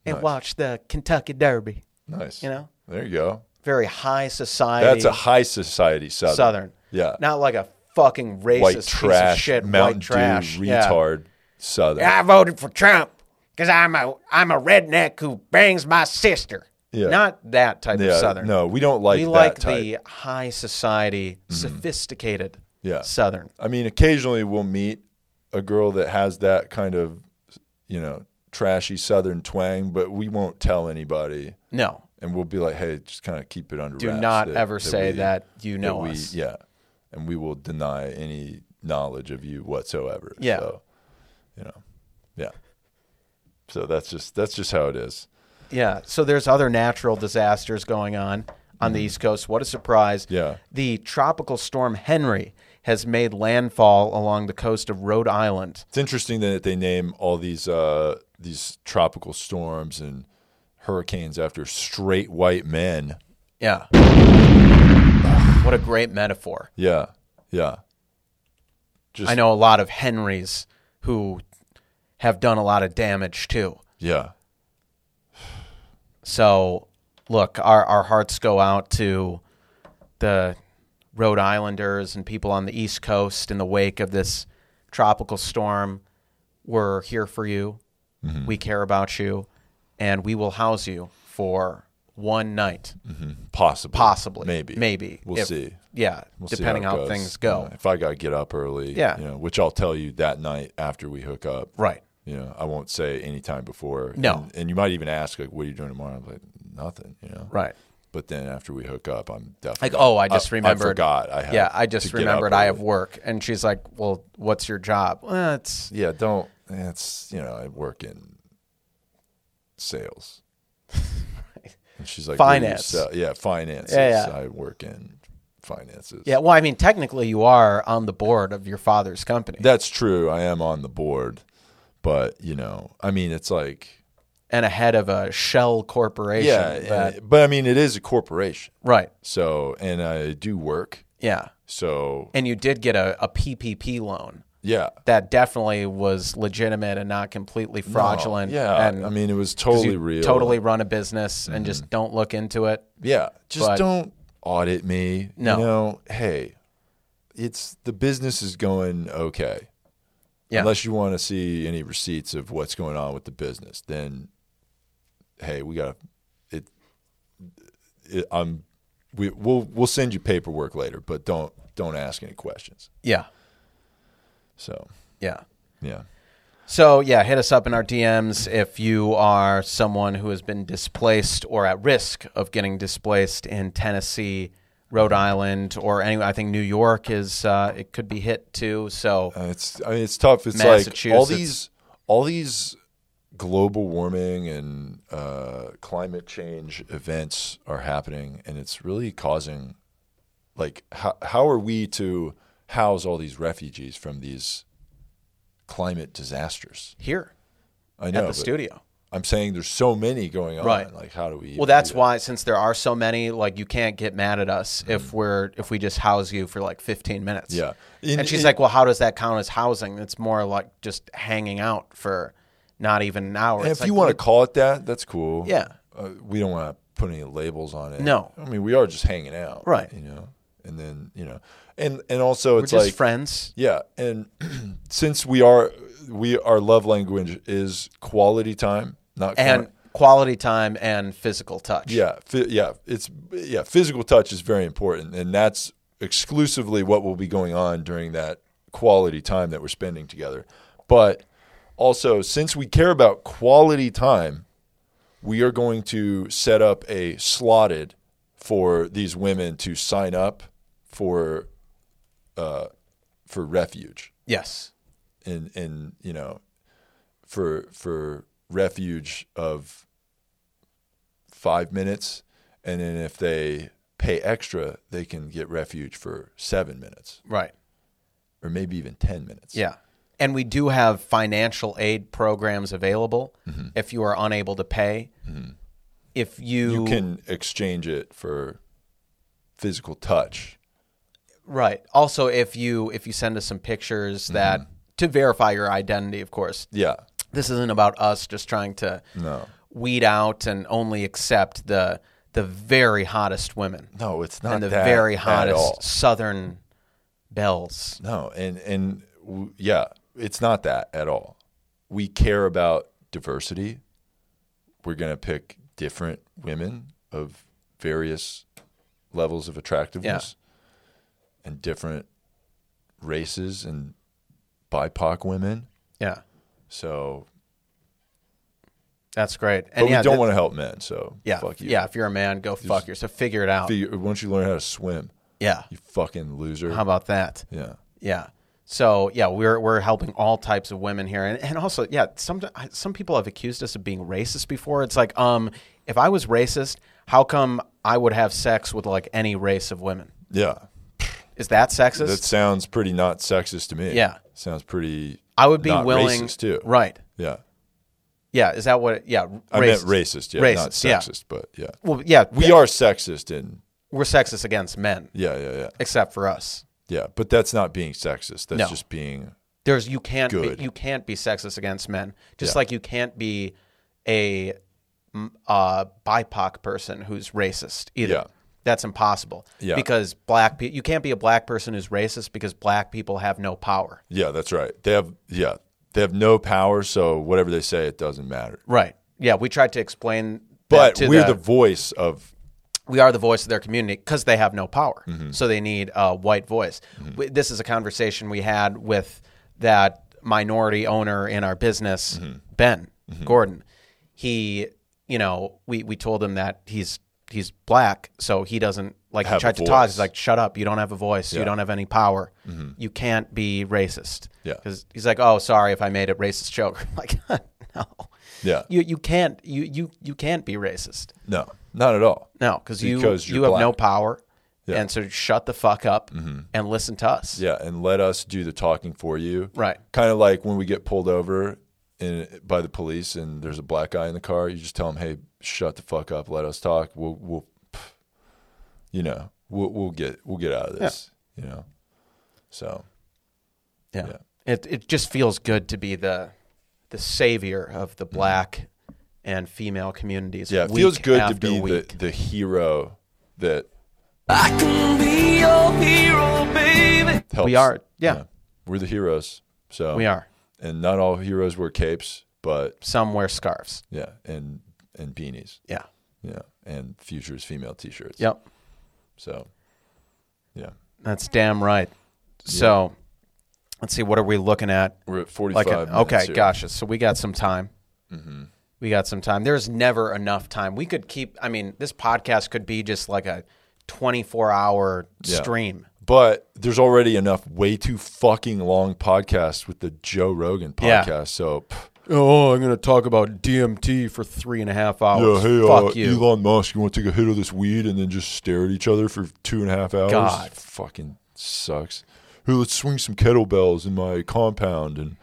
and watch the Kentucky Derby. Nice. You know? There you go. very high society. That's a high society Southern. Southern. Yeah. Not like a fucking racist white piece trash, of shit, Mountain white trash. Dew, Yeah. Ah, retard Southern. I voted for Trump because I'm a I'm a redneck who bangs my sister. Yeah. Not that type Yeah, of Southern. No, we don't like we that like type. Mm-hmm. the high society, sophisticated Yeah. Southern. I mean, occasionally we'll meet a girl that has that kind of, you know, trashy Southern twang, but we won't tell anybody, No, and we'll be like, hey, just kind of keep it under. do wraps not that- ever say we- that you know we, us. Yeah, and we will deny any knowledge of you whatsoever. Yeah. So, you know, yeah. So that's just that's just how it is. Yeah. So there's other natural disasters going on on the East Coast. What a surprise. Mm. Yeah. The tropical storm Henry has made landfall along the coast of Rhode Island. It's interesting that they name all these uh, these tropical storms and hurricanes after straight white men. Yeah. what a great metaphor. Yeah, yeah. Just I know a lot of Henrys who have done a lot of damage too. Yeah, So, look, our, our hearts go out to the Rhode Islanders and people on the East Coast in the wake of this tropical storm. We're here for you. Mm-hmm. We care about you. And we will house you for one night, possibly, possibly. Mm-hmm. maybe, Maybe. We'll If- see. Yeah, We'll see depending it how, goes. things go. You know, if I gotta get up early, Yeah. you know, which I'll tell you that night after we hook up. Right. You know, I won't say any time before. No. and, and you might even ask like, "What are you doing tomorrow?" I'm like, "Nothing." You know, Right. But then after we hook up, I'm definitely Like, oh, I just remembered. Uh, I forgot. I have yeah, I to just get up remembered I early. have work. And she's like, well, what's your job? Well, it's yeah, don't. It's you know, I work in sales. And she's like, Finance. "Well, you sell-" yeah, finances. Yeah, yeah. I work in finances. Yeah, well, I mean, technically, you are on the board of your father's company, that's true. I am on the board, but you know, I mean, it's like, and a head of a shell corporation. yeah, that- but I mean, it is a corporation. right. So, and I do work. Yeah, So, and you did get a, a PPP loan yeah, that definitely was legitimate and not completely fraudulent. No, yeah, and I mean, it was 'cause you totally real. Mm-hmm. Totally run a business and just don't look into it. Yeah, just But- don't audit me. No. you know, hey, it's the business is going okay. Yeah. Unless you want to see any receipts of what's going on with the business, then hey, we got to it, it. I'm we we'll we'll send you paperwork later, but don't don't ask any questions. Yeah, So yeah. yeah, So yeah, hit us up in our DMs if you are someone who has been displaced or at risk of getting displaced in Tennessee, Rhode Island, or any. I think New York is uh, it could be hit too. So Uh, it's I mean it's tough. It's like all Massachusetts. these all these global warming and uh, climate change events are happening, and it's really causing like how how are we to house all these refugees from these climate disasters? here I at know the oh, but studio. I'm saying there's so many going on. Right. Like how do we? Well, even that's do that? why since there are so many, like you can't get mad at us if we're if we just house you for like 15 minutes. Mm. Yeah. In- and she's in- like, "Well, how does that count as housing? It's more like just hanging out for not even an hour." And It's if you like, want to call it that, that's cool. Yeah. Uh, we don't want to put any labels on it. No. I mean, we are just hanging out. Right. You know, and then, you know, and, and also we're it's just like, friends. yeah. And since we are, we, our love language is quality time, not and quanti- quality time and physical touch. yeah. Fi- yeah. It's, yeah. Physical touch is very important. And that's exclusively what will be going on during that quality time that we're spending together. But also, since we care about quality time, we are going to set up a slotted for these women to sign up for uh, for refuge Yes. and and you know for for refuge of five minutes and then if they pay extra they can get refuge for seven minutes Right. or maybe even ten minutes Yeah. And we do have financial aid programs available Mm-hmm. if you are unable to pay. If you, you can exchange it for physical touch right. Also, if you if you send us some pictures that to verify your identity, of course. Mm-hmm. yeah This isn't about us just trying to no weed out and only accept the the very hottest women no it's not and the that very at all. hottest southern belles. No, and and w- yeah, it's not that at all. We care about diversity. We're going to pick different women of various levels of attractiveness and different races and BIPOC women. Yeah. So, That's great. but And yeah, we don't th- want to help men. So, Yeah, fuck you. yeah. If you're a man, go fuck yourself. Figure it out. Figure, once you learn how to swim, yeah. you fucking loser. How about that? yeah. Yeah. So yeah, we're we're helping all types of women here, and and also yeah, some some people have accused us of being racist before. It's like um, if I was racist, how come I would have sex with like any race of women? Yeah. Is that sexist? That sounds pretty not sexist to me. Yeah. Sounds pretty I would be not willing. racist too. Right. Yeah. Yeah. Is that what? Yeah. I meant racist. racist, yeah, not Racist, yeah. sexist, but yeah. Well, yeah. We are sexist and we're sexist against men, yeah, yeah, yeah. except for us. Yeah, but that's not being sexist. That's No. just being there's you can't Good. Be, you can't be sexist against men just Yeah. like you can't be a mm, uh, bipoc person who's racist either Yeah. that's impossible Yeah. because black people you can't be a black person who's racist because black people have no power Yeah, that's right. They have yeah, they have no power, so whatever they say it doesn't matter. right yeah we tried to explain But that to we're the, voice of we are the voice of their community because they have no power. Mm-hmm. So they need a white voice. W This is a conversation we had with that minority owner in our business, Mm-hmm. Ben Gordon. He, you know, we, we told him that he's he's black, so he doesn't like Have a he tried to talk. He's voice. Mm-hmm. like, "Shut up! You don't have a voice. You don't have any power. You can't be racist." Yeah. because he's like, "Oh, sorry if I made a racist joke." I'm like, no. Yeah. You you can't you you you can't be racist. No, not at all. No, because you Because you're you have no black. power, Yeah. Mm-hmm. and so shut the fuck up and listen to us. Yeah, and let us do the talking for you. Right. Kind of like when we get pulled over in, by the police and there's a black guy in the car, you just tell him, "Hey, shut the fuck up. Let us talk. We'll, we'll pff, you know, we'll, we'll get we'll get out of this." You know. So Yeah. Yeah. It it just feels good to be the the savior of the black and female communities. Mm-hmm. yeah, it week feels good to after be week. the the hero that I can be your hero, baby. helps. We are- yeah. we're the heroes. So We are. and not all heroes wear capes, but Some wear scarves. yeah, and and beanies, Yeah. yeah, and futures female t-shirts. Yep. So, yeah, That's damn right. So let's see. What are we looking at? we're at forty-five. Like a, minutes okay, here. gotcha. So we got some time. Mm-hmm. We got some time. There's never enough time. We could keep. I mean, this podcast could be just like a 24 hour Yeah. stream. But there's already enough way too fucking long podcasts with the Joe Rogan Yeah. podcast. So, pff, Oh, I'm gonna talk about DMT for three and a half yeah, hours. hey, Fuck uh, you. Elon Musk, you want to take a hit of this weed and then just stare at each other for two and a half hours? God. fucking sucks. Hey, let's swing some kettlebells in my compound and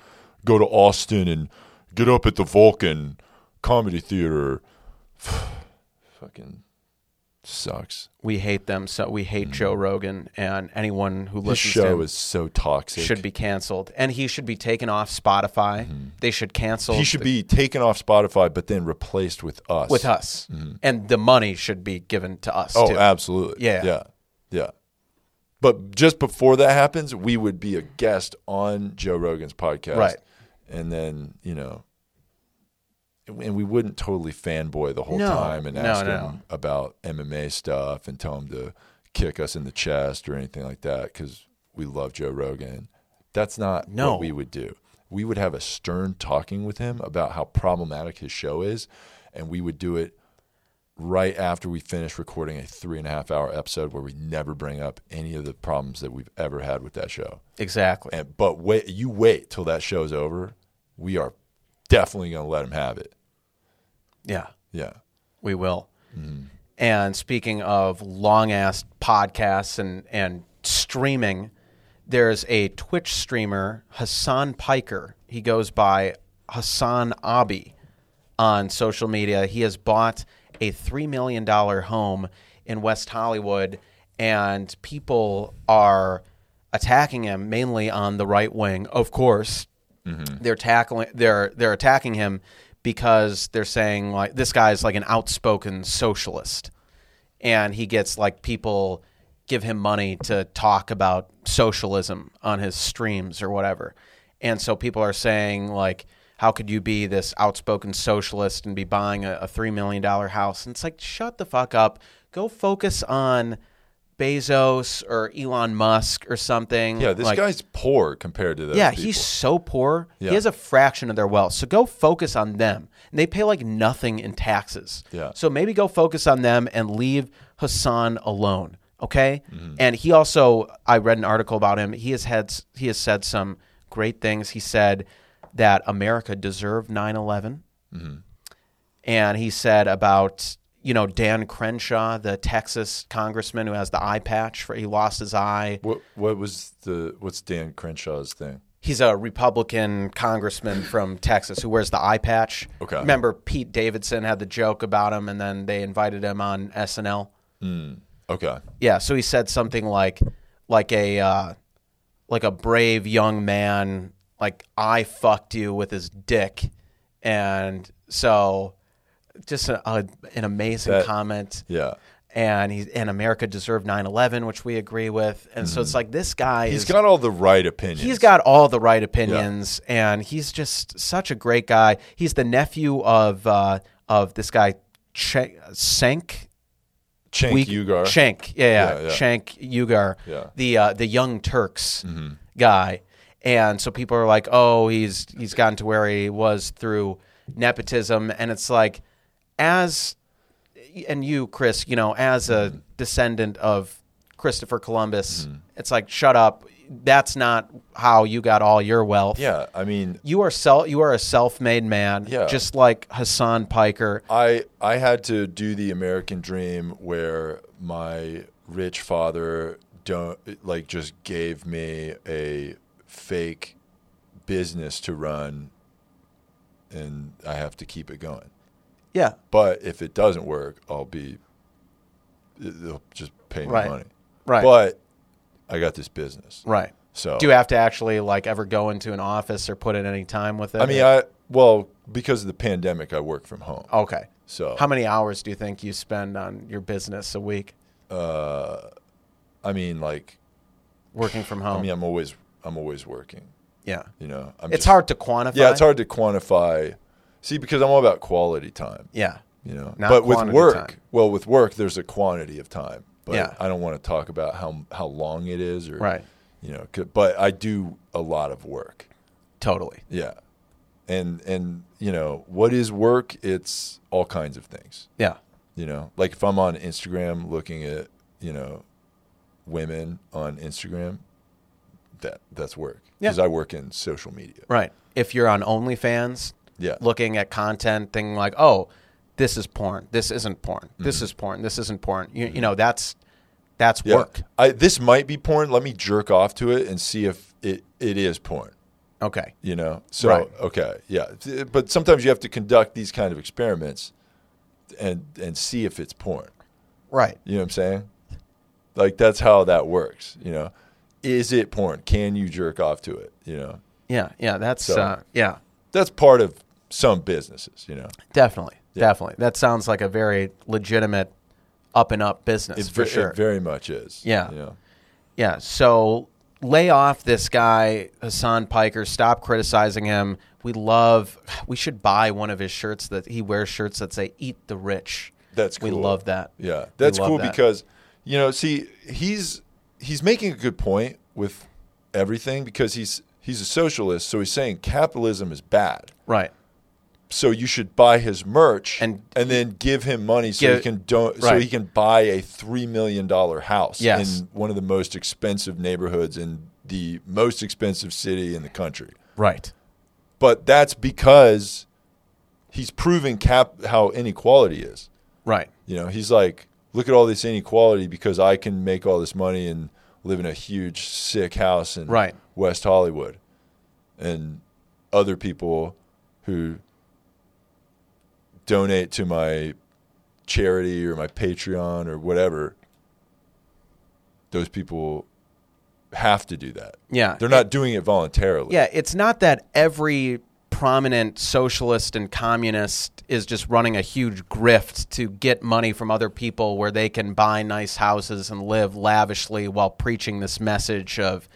go to Austin and get up at the Vulcan Comedy Theater. fucking sucks. we hate them. So we hate Joe Rogan and anyone who This listens to Mm-hmm. show him is so toxic. should be canceled. And he should be taken off Spotify. They should cancel. Mm-hmm. He should the- be taken off Spotify, but then replaced with us. with us, and the money should be given to us. Mm-hmm. Oh, too. absolutely. Yeah. Yeah. Yeah. But just before that happens, we would be a guest on Joe Rogan's podcast. Right. And then, you know, and we wouldn't totally fanboy the whole No. time and No, ask no. him about MMA stuff and tell him to kick us in the chest or anything like that because we love Joe Rogan. That's not No. what we would do. We would have a stern talking with him about how problematic his show is, and we would do it right after we finish recording a three and a half hour episode where we never bring up any of the problems that we've ever had with that show. exactly. And but wait, you wait till that show's over. We are definitely going to let him have it. yeah, Yeah, we will. And speaking of long ass podcasts and and streaming, there's a Twitch streamer Hassan Piker. He goes by Hassan Abi on social media. He has bought a three million dollar home in West Hollywood, and people are attacking him mainly on the right wing, of course. Mm-hmm. they're tackling they're they're attacking him because they're saying like this guy's like an outspoken socialist and he gets like people give him money to talk about socialism on his streams or whatever and so people are saying like how could you be this outspoken socialist and be buying a, a $3 million house and it's like shut the fuck up go focus on bezos or elon musk or something yeah. This Like- guy's poor compared to those. yeah, people. he's so poor. Yeah. He has a fraction of their wealth. So go focus on them. And they pay like nothing in taxes. Yeah. So maybe go focus on them and leave Hassan alone. Okay. Mm-hmm. And he also, I read an article about him. He has had he has said some great things. He said that America deserved 9/11 Mm-hmm. and he said about you know Dan Crenshaw, the Texas congressman who has the eye patch for he lost his eye. What what was the what's Dan Crenshaw's thing? He's a Republican congressman from Texas who wears the eye patch. Okay. Remember Pete Davidson had the joke about him, and then they invited him on SNL. Okay, Yeah, so he said something like, like a, uh, like a brave young man, like I fucked you with his dick, and so, just a, a, an amazing That- comment yeah. and he and America deserved 9/11, which we agree with. And so it's like this guy Mm-hmm. He's is got all the right opinions. he's got all the right opinions and he's just such a great guy. He's the nephew of uh, of this guy Ch- Sank Chink Ugar. Shank, yeah, yeah, Yeah, yeah. Shank Ugar, Yeah. Mm-hmm. the uh, the Young Turks guy, and so people are like, oh, he's he's gotten to where he was through nepotism, and it's like, as and you, Mm-hmm. Chris, you know, as a descendant of Christopher Columbus, it's like, shut up. that's not how you got all your wealth. Yeah, I mean, You are self. You are a self-made man. Yeah. Just like Hassan Piker. I I had to do the American dream where my rich father don't like just gave me a fake business to run and I have to keep it going. Yeah. But if it doesn't work, I'll be it- they'll just pay me Right. money. Right. But I got this business. Right. So Do you have to actually like ever go into an office or put in any time with it? I mean I well, because of the pandemic I work from home. okay. So How many hours do you think you spend on your business a week I mean like working from home? I mean I'm always I'm always working. yeah. You know, I'm It's just- hard to quantify. Yeah, it's hard to quantify. See, because I'm all about quality time. Yeah. You know, Not but with quantity work, time. well, with work, there's a quantity of time. But Yeah. I don't want to talk about how how long it is or Right. You know, 'cause- but I do a lot of work. Totally. Yeah, and and you know what is work? It's all kinds of things. Yeah. You know, like if I'm on Instagram looking at you know women on Instagram, that that's work Yeah. because I work in social media. Right. If you're on OnlyFans, Yeah. looking at content, thinking like, oh, this is porn. This isn't porn. This is porn. This isn't porn. You, you know, that's that's Mm-hmm. Yeah. work. I, this might be porn. Let me jerk off to it and see if it, it is porn. Okay. You know. So Right. okay, yeah. Th- But sometimes you have to conduct these kind of experiments, and and see if it's porn. Right. You know what I'm saying? Like that's how that works. You know, is it porn? Can you jerk off to it? You know, Yeah. Yeah. That's So- uh, yeah. that's part of some businesses. You know, Definitely. Definitely. That sounds like a very legitimate up and up business it, for ve- sure. it very much is. Yeah. You know? Yeah. So lay off this guy, Hassan Piker. Stop criticizing him. We love. We should buy one of his shirts that he wears shirts that say "Eat the Rich." That's cool. We love that. Yeah, We that's love cool that. because you know, see, he's he's making a good point with everything because he's he's a socialist, so he's saying capitalism is bad. right. So you should buy his merch And- then give him money so Give- he can don't so right. he can buy a three million dollar house Yes. in one of the most expensive neighborhoods in the most expensive city in the country. Right. But that's because he's proving cap how inequality is. Right. You know, he's like, look at all this inequality because I can make all this money and live in a huge, sick house in Right. West Hollywood. And other people who donate to my charity or my Patreon or whatever, those people have to do that. Yeah. They're not doing it voluntarily. Yeah, it's not that every prominent socialist and communist is just running a huge grift to get money from other people where they can buy nice houses and live lavishly while preaching this message of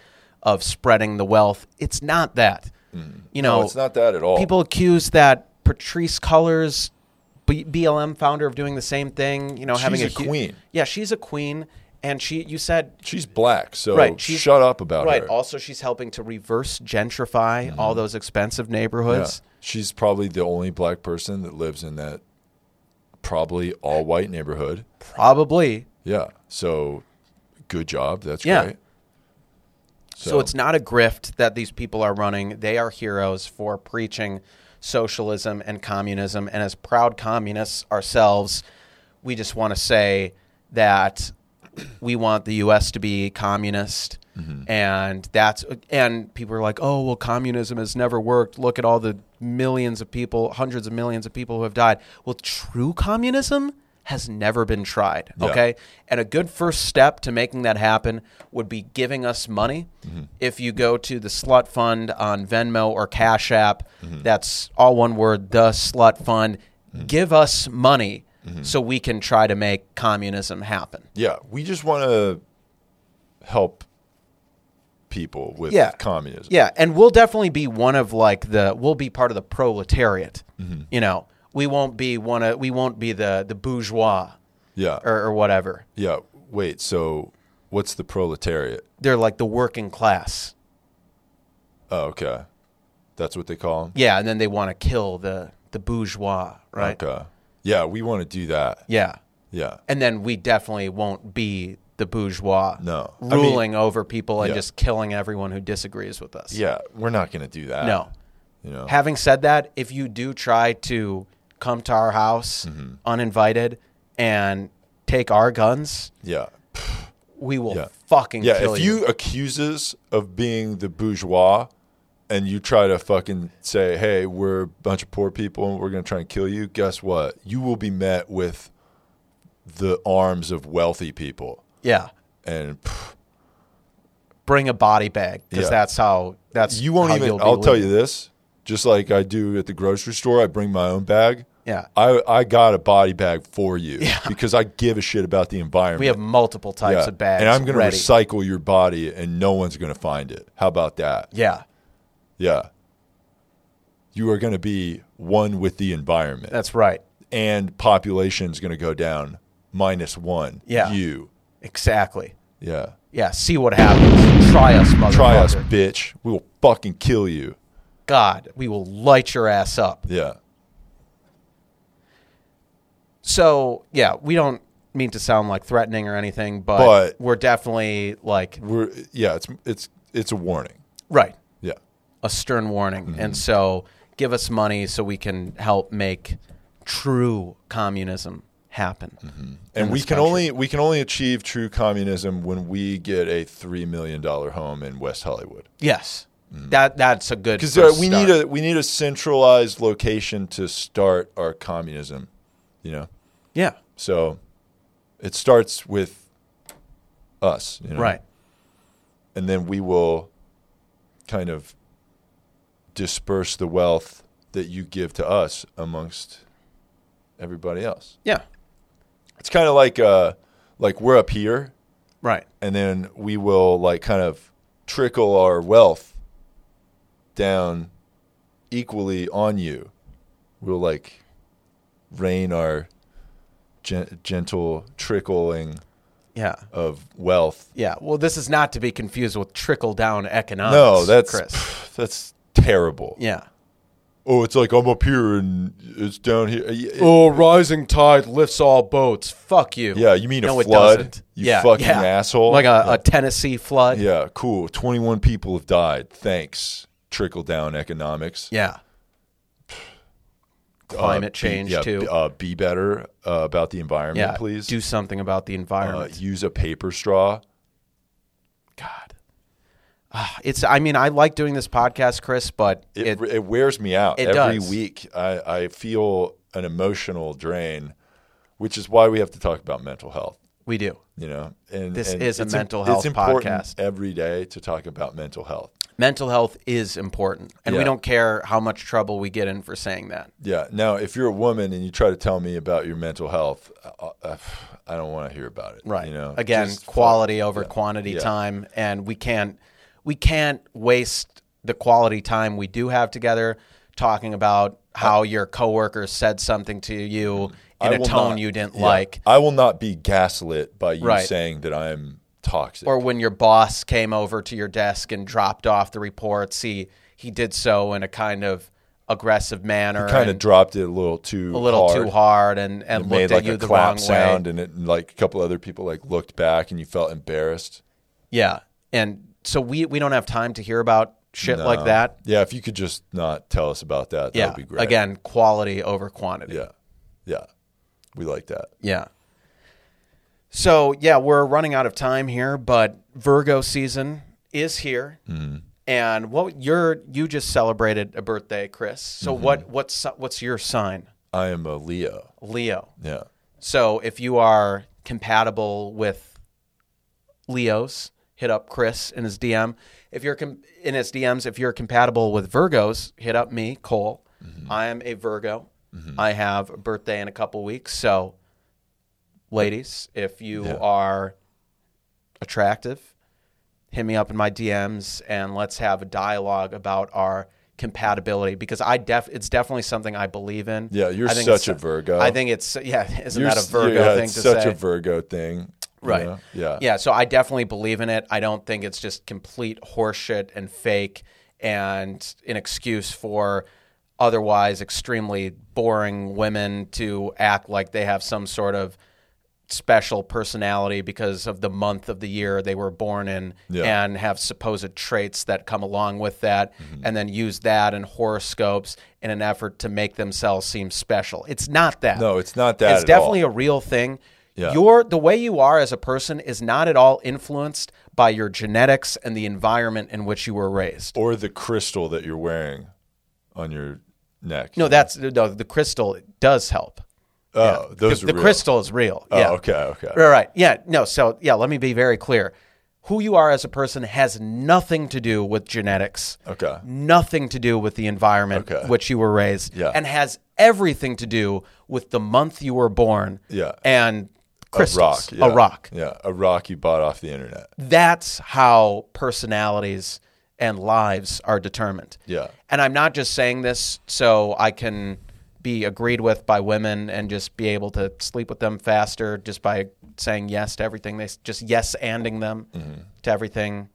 of spreading the wealth. It's not that. You know, Mm. No, it's not that at all. People accuse that Patrice Cullors, B- BLM founder, of doing the same thing. You know, having She's a hu- queen. Yeah, she's a queen, and she. You said She's black, so Right, she's- shut up about right. her. Also, she's helping to reverse gentrify all those expensive neighborhoods. Yeah. She's probably the only black person that lives in that probably all white neighborhood. Probably. Yeah. So good job. That's Yeah. great. So. it's not a grift that these people are running. They are heroes for preaching socialism and communism. And as proud communists ourselves, we just want to say that we want the U.S. to be communist. And that's and people are like, oh well, communism has never worked. Look at all the millions of people, hundreds of millions of people who have died. Well, true communism has never been tried. Yeah. Okay, and a good first step to making that happen would be giving us money. If you go to the Slut Fund on Venmo or Cash App, that's all one word, the Slut Fund. Give us money so we can try to make communism happen. Yeah. We just want to help people with Yeah. communism. Yeah, and we'll definitely be one of like the we'll be part of the proletariat. You know, we won't be one of we won't be the the bourgeois Yeah. or, or whatever. yeah. Wait. So what's the proletariat? They're like the working class. Oh, okay. That's what they call them. Yeah, and then they want to kill the the bourgeois, right? Okay. Yeah. We want to do that. Yeah. Yeah. And then we definitely won't be the bourgeois No. I mean- ruling over people and Yeah. just killing everyone who disagrees with us. Yeah, we're not going to do that. No. You know. Having said that, if you do try to come to our house Mm-hmm. uninvited and take our guns, yeah. we will Yeah. fucking Yeah, kill if you accuse us of being the bourgeois and you try to fucking say, "Hey, we're a bunch of poor people and we're going to try and kill you." Guess what? You will be met with the arms of wealthy people. Yeah. And Bring a body bag because Yeah. that's how that's you won't how even you'll be I'll tell living. you this, just like I do at the grocery store, I bring my own bag. Yeah. I, I got a body bag for you because I give a shit about the environment. We have multiple types Yeah. of bags. And I'm going to ready. recycle your body and no one's going to find it. How about that? Yeah. Yeah. You are going to be one with the environment. That's right. and population's going to go down minus one. Yeah. You. Exactly. Yeah. Yeah. See what happens. Try us, motherfucker. Try us, bitch. We will fucking kill you. God, we will light your ass up. Yeah. So yeah, we don't mean to sound like threatening or anything, but, But- we're definitely like We're, yeah. It's, it's, it's a warning. right Yeah. a stern warning, Mm-hmm. and so give us money so we can help make true communism happen. And in we this can country. only we can only achieve true communism when we get a three million dollar home in West Hollywood. yes that that's a good because Mm-hmm. uh, first we start. need a we need a centralized location to start our communism, you know. yeah So it starts with us, you know? right And then we will kind of disperse the wealth that you give to us amongst everybody else. yeah It's kind of like uh, like we're up here, right and then we will like kind of trickle our wealth down equally on you. We'll like rain our gen- gentle trickling yeah. of wealth. Yeah, well, this is not to be confused with trickle down economics. no, that's Chris. that's terrible. Yeah. Oh, it's like I'm up here and it's down here. Y- Oh, rising tide lifts all boats. Fuck you. Yeah, you mean a No, it flood, doesn't. you fucking asshole. Like a, a Tennessee flood. Yeah. Yeah, cool. 21 people have died. Thanks. Trickle down economics. Uh, Climate be- change yeah, too. b- uh, be better uh, about the environment, yeah. please. Do something about the uh, environment. use a paper straw. God. Ah, It's. I mean, I like doing this podcast, Chris, but It, it, it, wears me out it every does. week. I, I feel an emotional drain, which is why we have to talk about mental health. we do. You know, and This and is a it's im- mental it's health important podcast. Every day to talk about mental health. Mental health is important, and we Yeah. don't care how much trouble we get in for saying that. Yeah. Now, if you're a woman and you try to tell me about your mental health, I, I, I don't want to hear about it. right You know, again Just fuck- quality over quantity Yeah. time and we can't we can't waste the quality time we do have together talking about how your coworker said something to you in Mm-hmm. I a will tone not- you didn't yeah. like I will not be gaslit by you Right. saying that I'm toxic. or when your boss came over to your desk and dropped off the reports he he did so in a kind of aggressive manner kind of and dropped it a little too a little too hard and and It looked made at like you a the clap wrong way sound, and it and, like a couple other people like looked back, and you felt embarrassed. yeah and so we we don't have time to hear about shit No. like that Yeah, if you could just not tell us about that, that yeah. would be great. Again, quality over quantity. yeah, yeah, we like that. Yeah. So yeah, we're running out of time here, but Virgo season is here. Mm-hmm. And what you're you just celebrated a birthday, Chris. So Mm-hmm. what what's what's your sign? I am a Leo. Leo. Yeah, So if you are compatible with Leos, hit up Chris in his DM. If you're com- in his DMs, if you're compatible with Virgos, hit up me, Cole. Mm-hmm. I am a Virgo. I have a birthday in a couple weeks, so ladies, if you are attractive, hit me up in my DMs and let's have a dialogue about our compatibility because I def it's definitely something I believe in. Yeah, you're I think such a it's- Virgo. I think it's yeah, isn't You're that a s- Virgo yeah, thing it's to such say? a Virgo thing, you Right. know? Yeah, Yeah, so I definitely believe in it. I don't think it's just complete horseshit and fake and an excuse for otherwise extremely boring women to act like they have some sort of special personality because of the month of the year they were born in Yeah. Mm-hmm. and have supposed traits that come along with that and then use that in horoscopes in an effort to make themselves seem special. It's not that. No, it's not that It's at all. definitely a real thing. Yeah. Your the way you are as a person is not at all influenced by your genetics and the environment in which you were raised. or the crystal that you're wearing on your neck. No, that's no, the crystal does help. oh, those the, are the real. crystal is real. Oh, yeah. okay, okay. Right, right. Yeah, no. So, yeah, let me be very clear. Who you are as a person has nothing to do with genetics. Okay. Nothing to do with the environment Okay. which you were raised. Yeah. And has everything to do with the month you were born. Yeah. And A rock. crystals. Yeah. A rock. Yeah, a rock you bought off the internet. That's how personalities and lives are determined. Yeah. And I'm not just saying this so I can be agreed with by women and just be able to sleep with them faster just by saying yes to everything they s- just yes anding them Mm-hmm. to everything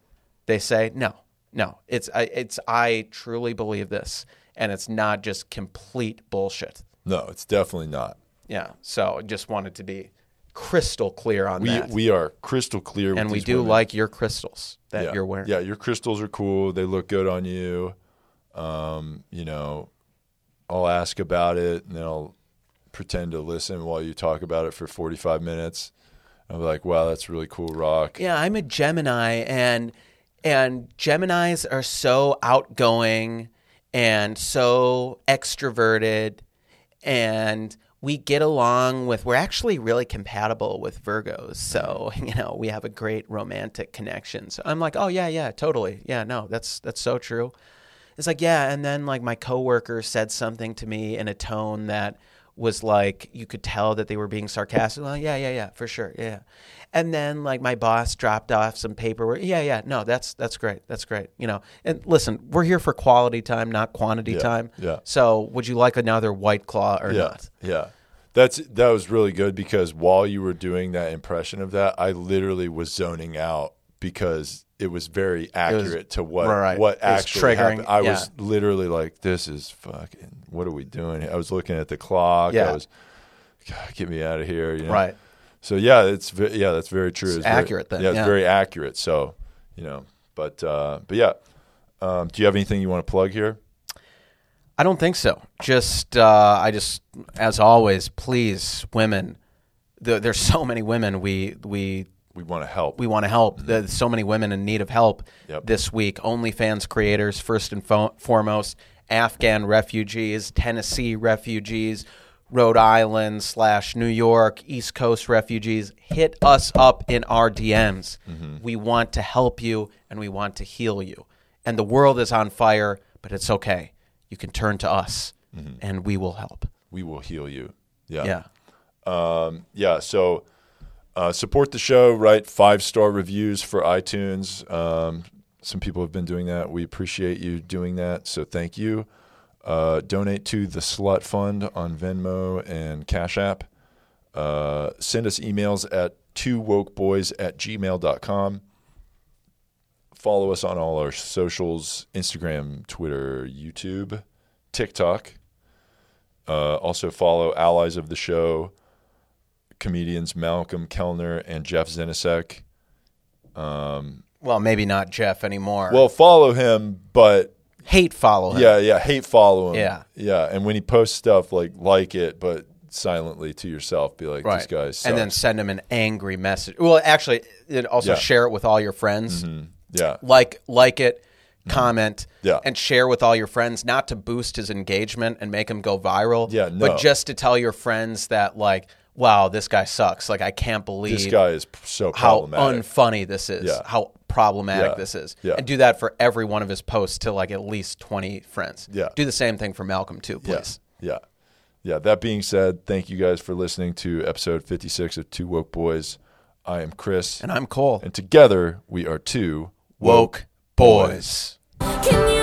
they say. No. No. It's I it's I truly believe this and it's not just complete bullshit. No, it's definitely not. Yeah. So I just wanted to be crystal clear on We that. we are crystal clear. with and we these do women. like your crystals that yeah. you're wearing. Yeah, your crystals are cool. They look good on you. Um, you know, I'll ask about it and then I'll pretend to listen while you talk about it for 45 minutes. I'll be like, wow, that's a really cool rock. Yeah, I'm a Gemini, and and Geminis are so outgoing and so extroverted, and we get along with. We're actually really compatible with Virgos, so you know we have a great romantic connection. So I'm like, oh yeah, yeah, totally, yeah, no, that's that's so true. It's like, yeah, and then like my coworker said something to me in a tone that was like you could tell that they were being sarcastic. Well, yeah, yeah, yeah, for sure. Yeah. And then like my boss dropped off some paperwork. Yeah, yeah. No, that's that's great. That's great. You know. And listen, we're here for quality time, not quantity time. yeah. So, would you like another white claw or yeah, not? yeah. That's that was really good because while you were doing that impression of that, I literally was zoning out because it was very accurate to what right. what It was actually triggering, happened. I yeah. was literally like, "This is fucking. What are we doing?" here?" I was looking at the clock. I Yeah. was, God, "Get me out of here!" You know? Right. So yeah, it's ve- yeah, that's very true. It's, very- accurate then, Yeah, it's yeah. very accurate. So you know, but uh, but yeah. Um, do you have anything you want to plug here? I don't think so. Just, uh, I just, as always, please, women. There, there's so many women we we We want to help. we want to help. There's so many women in need of help Yep. this week. OnlyFans creators, first and fo- foremost, Afghan refugees, Tennessee refugees, Rhode Island slash New York, East Coast refugees. Hit us up in our DMs. Mm-hmm. We want to help you and we want to heal you. And the world is on fire, but it's okay. You can turn to us Mm-hmm. and we will help. we will heal you. Yeah. yeah so uh, support the show write five star reviews for itunes um, some people have been doing that we appreciate you doing that so thank you uh, donate to the slut fund on venmo and cash app uh, send us emails at two woke boys at gmail.com follow us on all our socials instagram twitter youtube tiktok uh, also follow allies of the show comedians Malcolm Kellner and Jeff Zinisek. Well, maybe not Jeff anymore. Well, follow him, but hate follow him. yeah, yeah, hate follow him. Yeah. yeah. And when he posts stuff, like like it, but silently to yourself, be like, this guy sucks. and then send them an angry message. Well, actually, it also Yeah. share it with all your friends. yeah, Like like it, comment, Mm-hmm. Yeah. and share with all your friends. Not to boost his engagement and make him go viral, Yeah, no. but just to tell your friends that like, wow, this guy sucks. Like I can't believe this guy is p- so how problematic. unfunny this is. Yeah. How problematic Yeah. this is. Yeah. And do that for every one of his posts to like at least twenty friends. Yeah. Do the same thing for Malcolm too, please. Yeah, yeah, yeah. That being said, thank you guys for listening to episode fifty-six of Two Woke Boys. I am Chris, And I'm Cole. and together we are two woke boys. Can you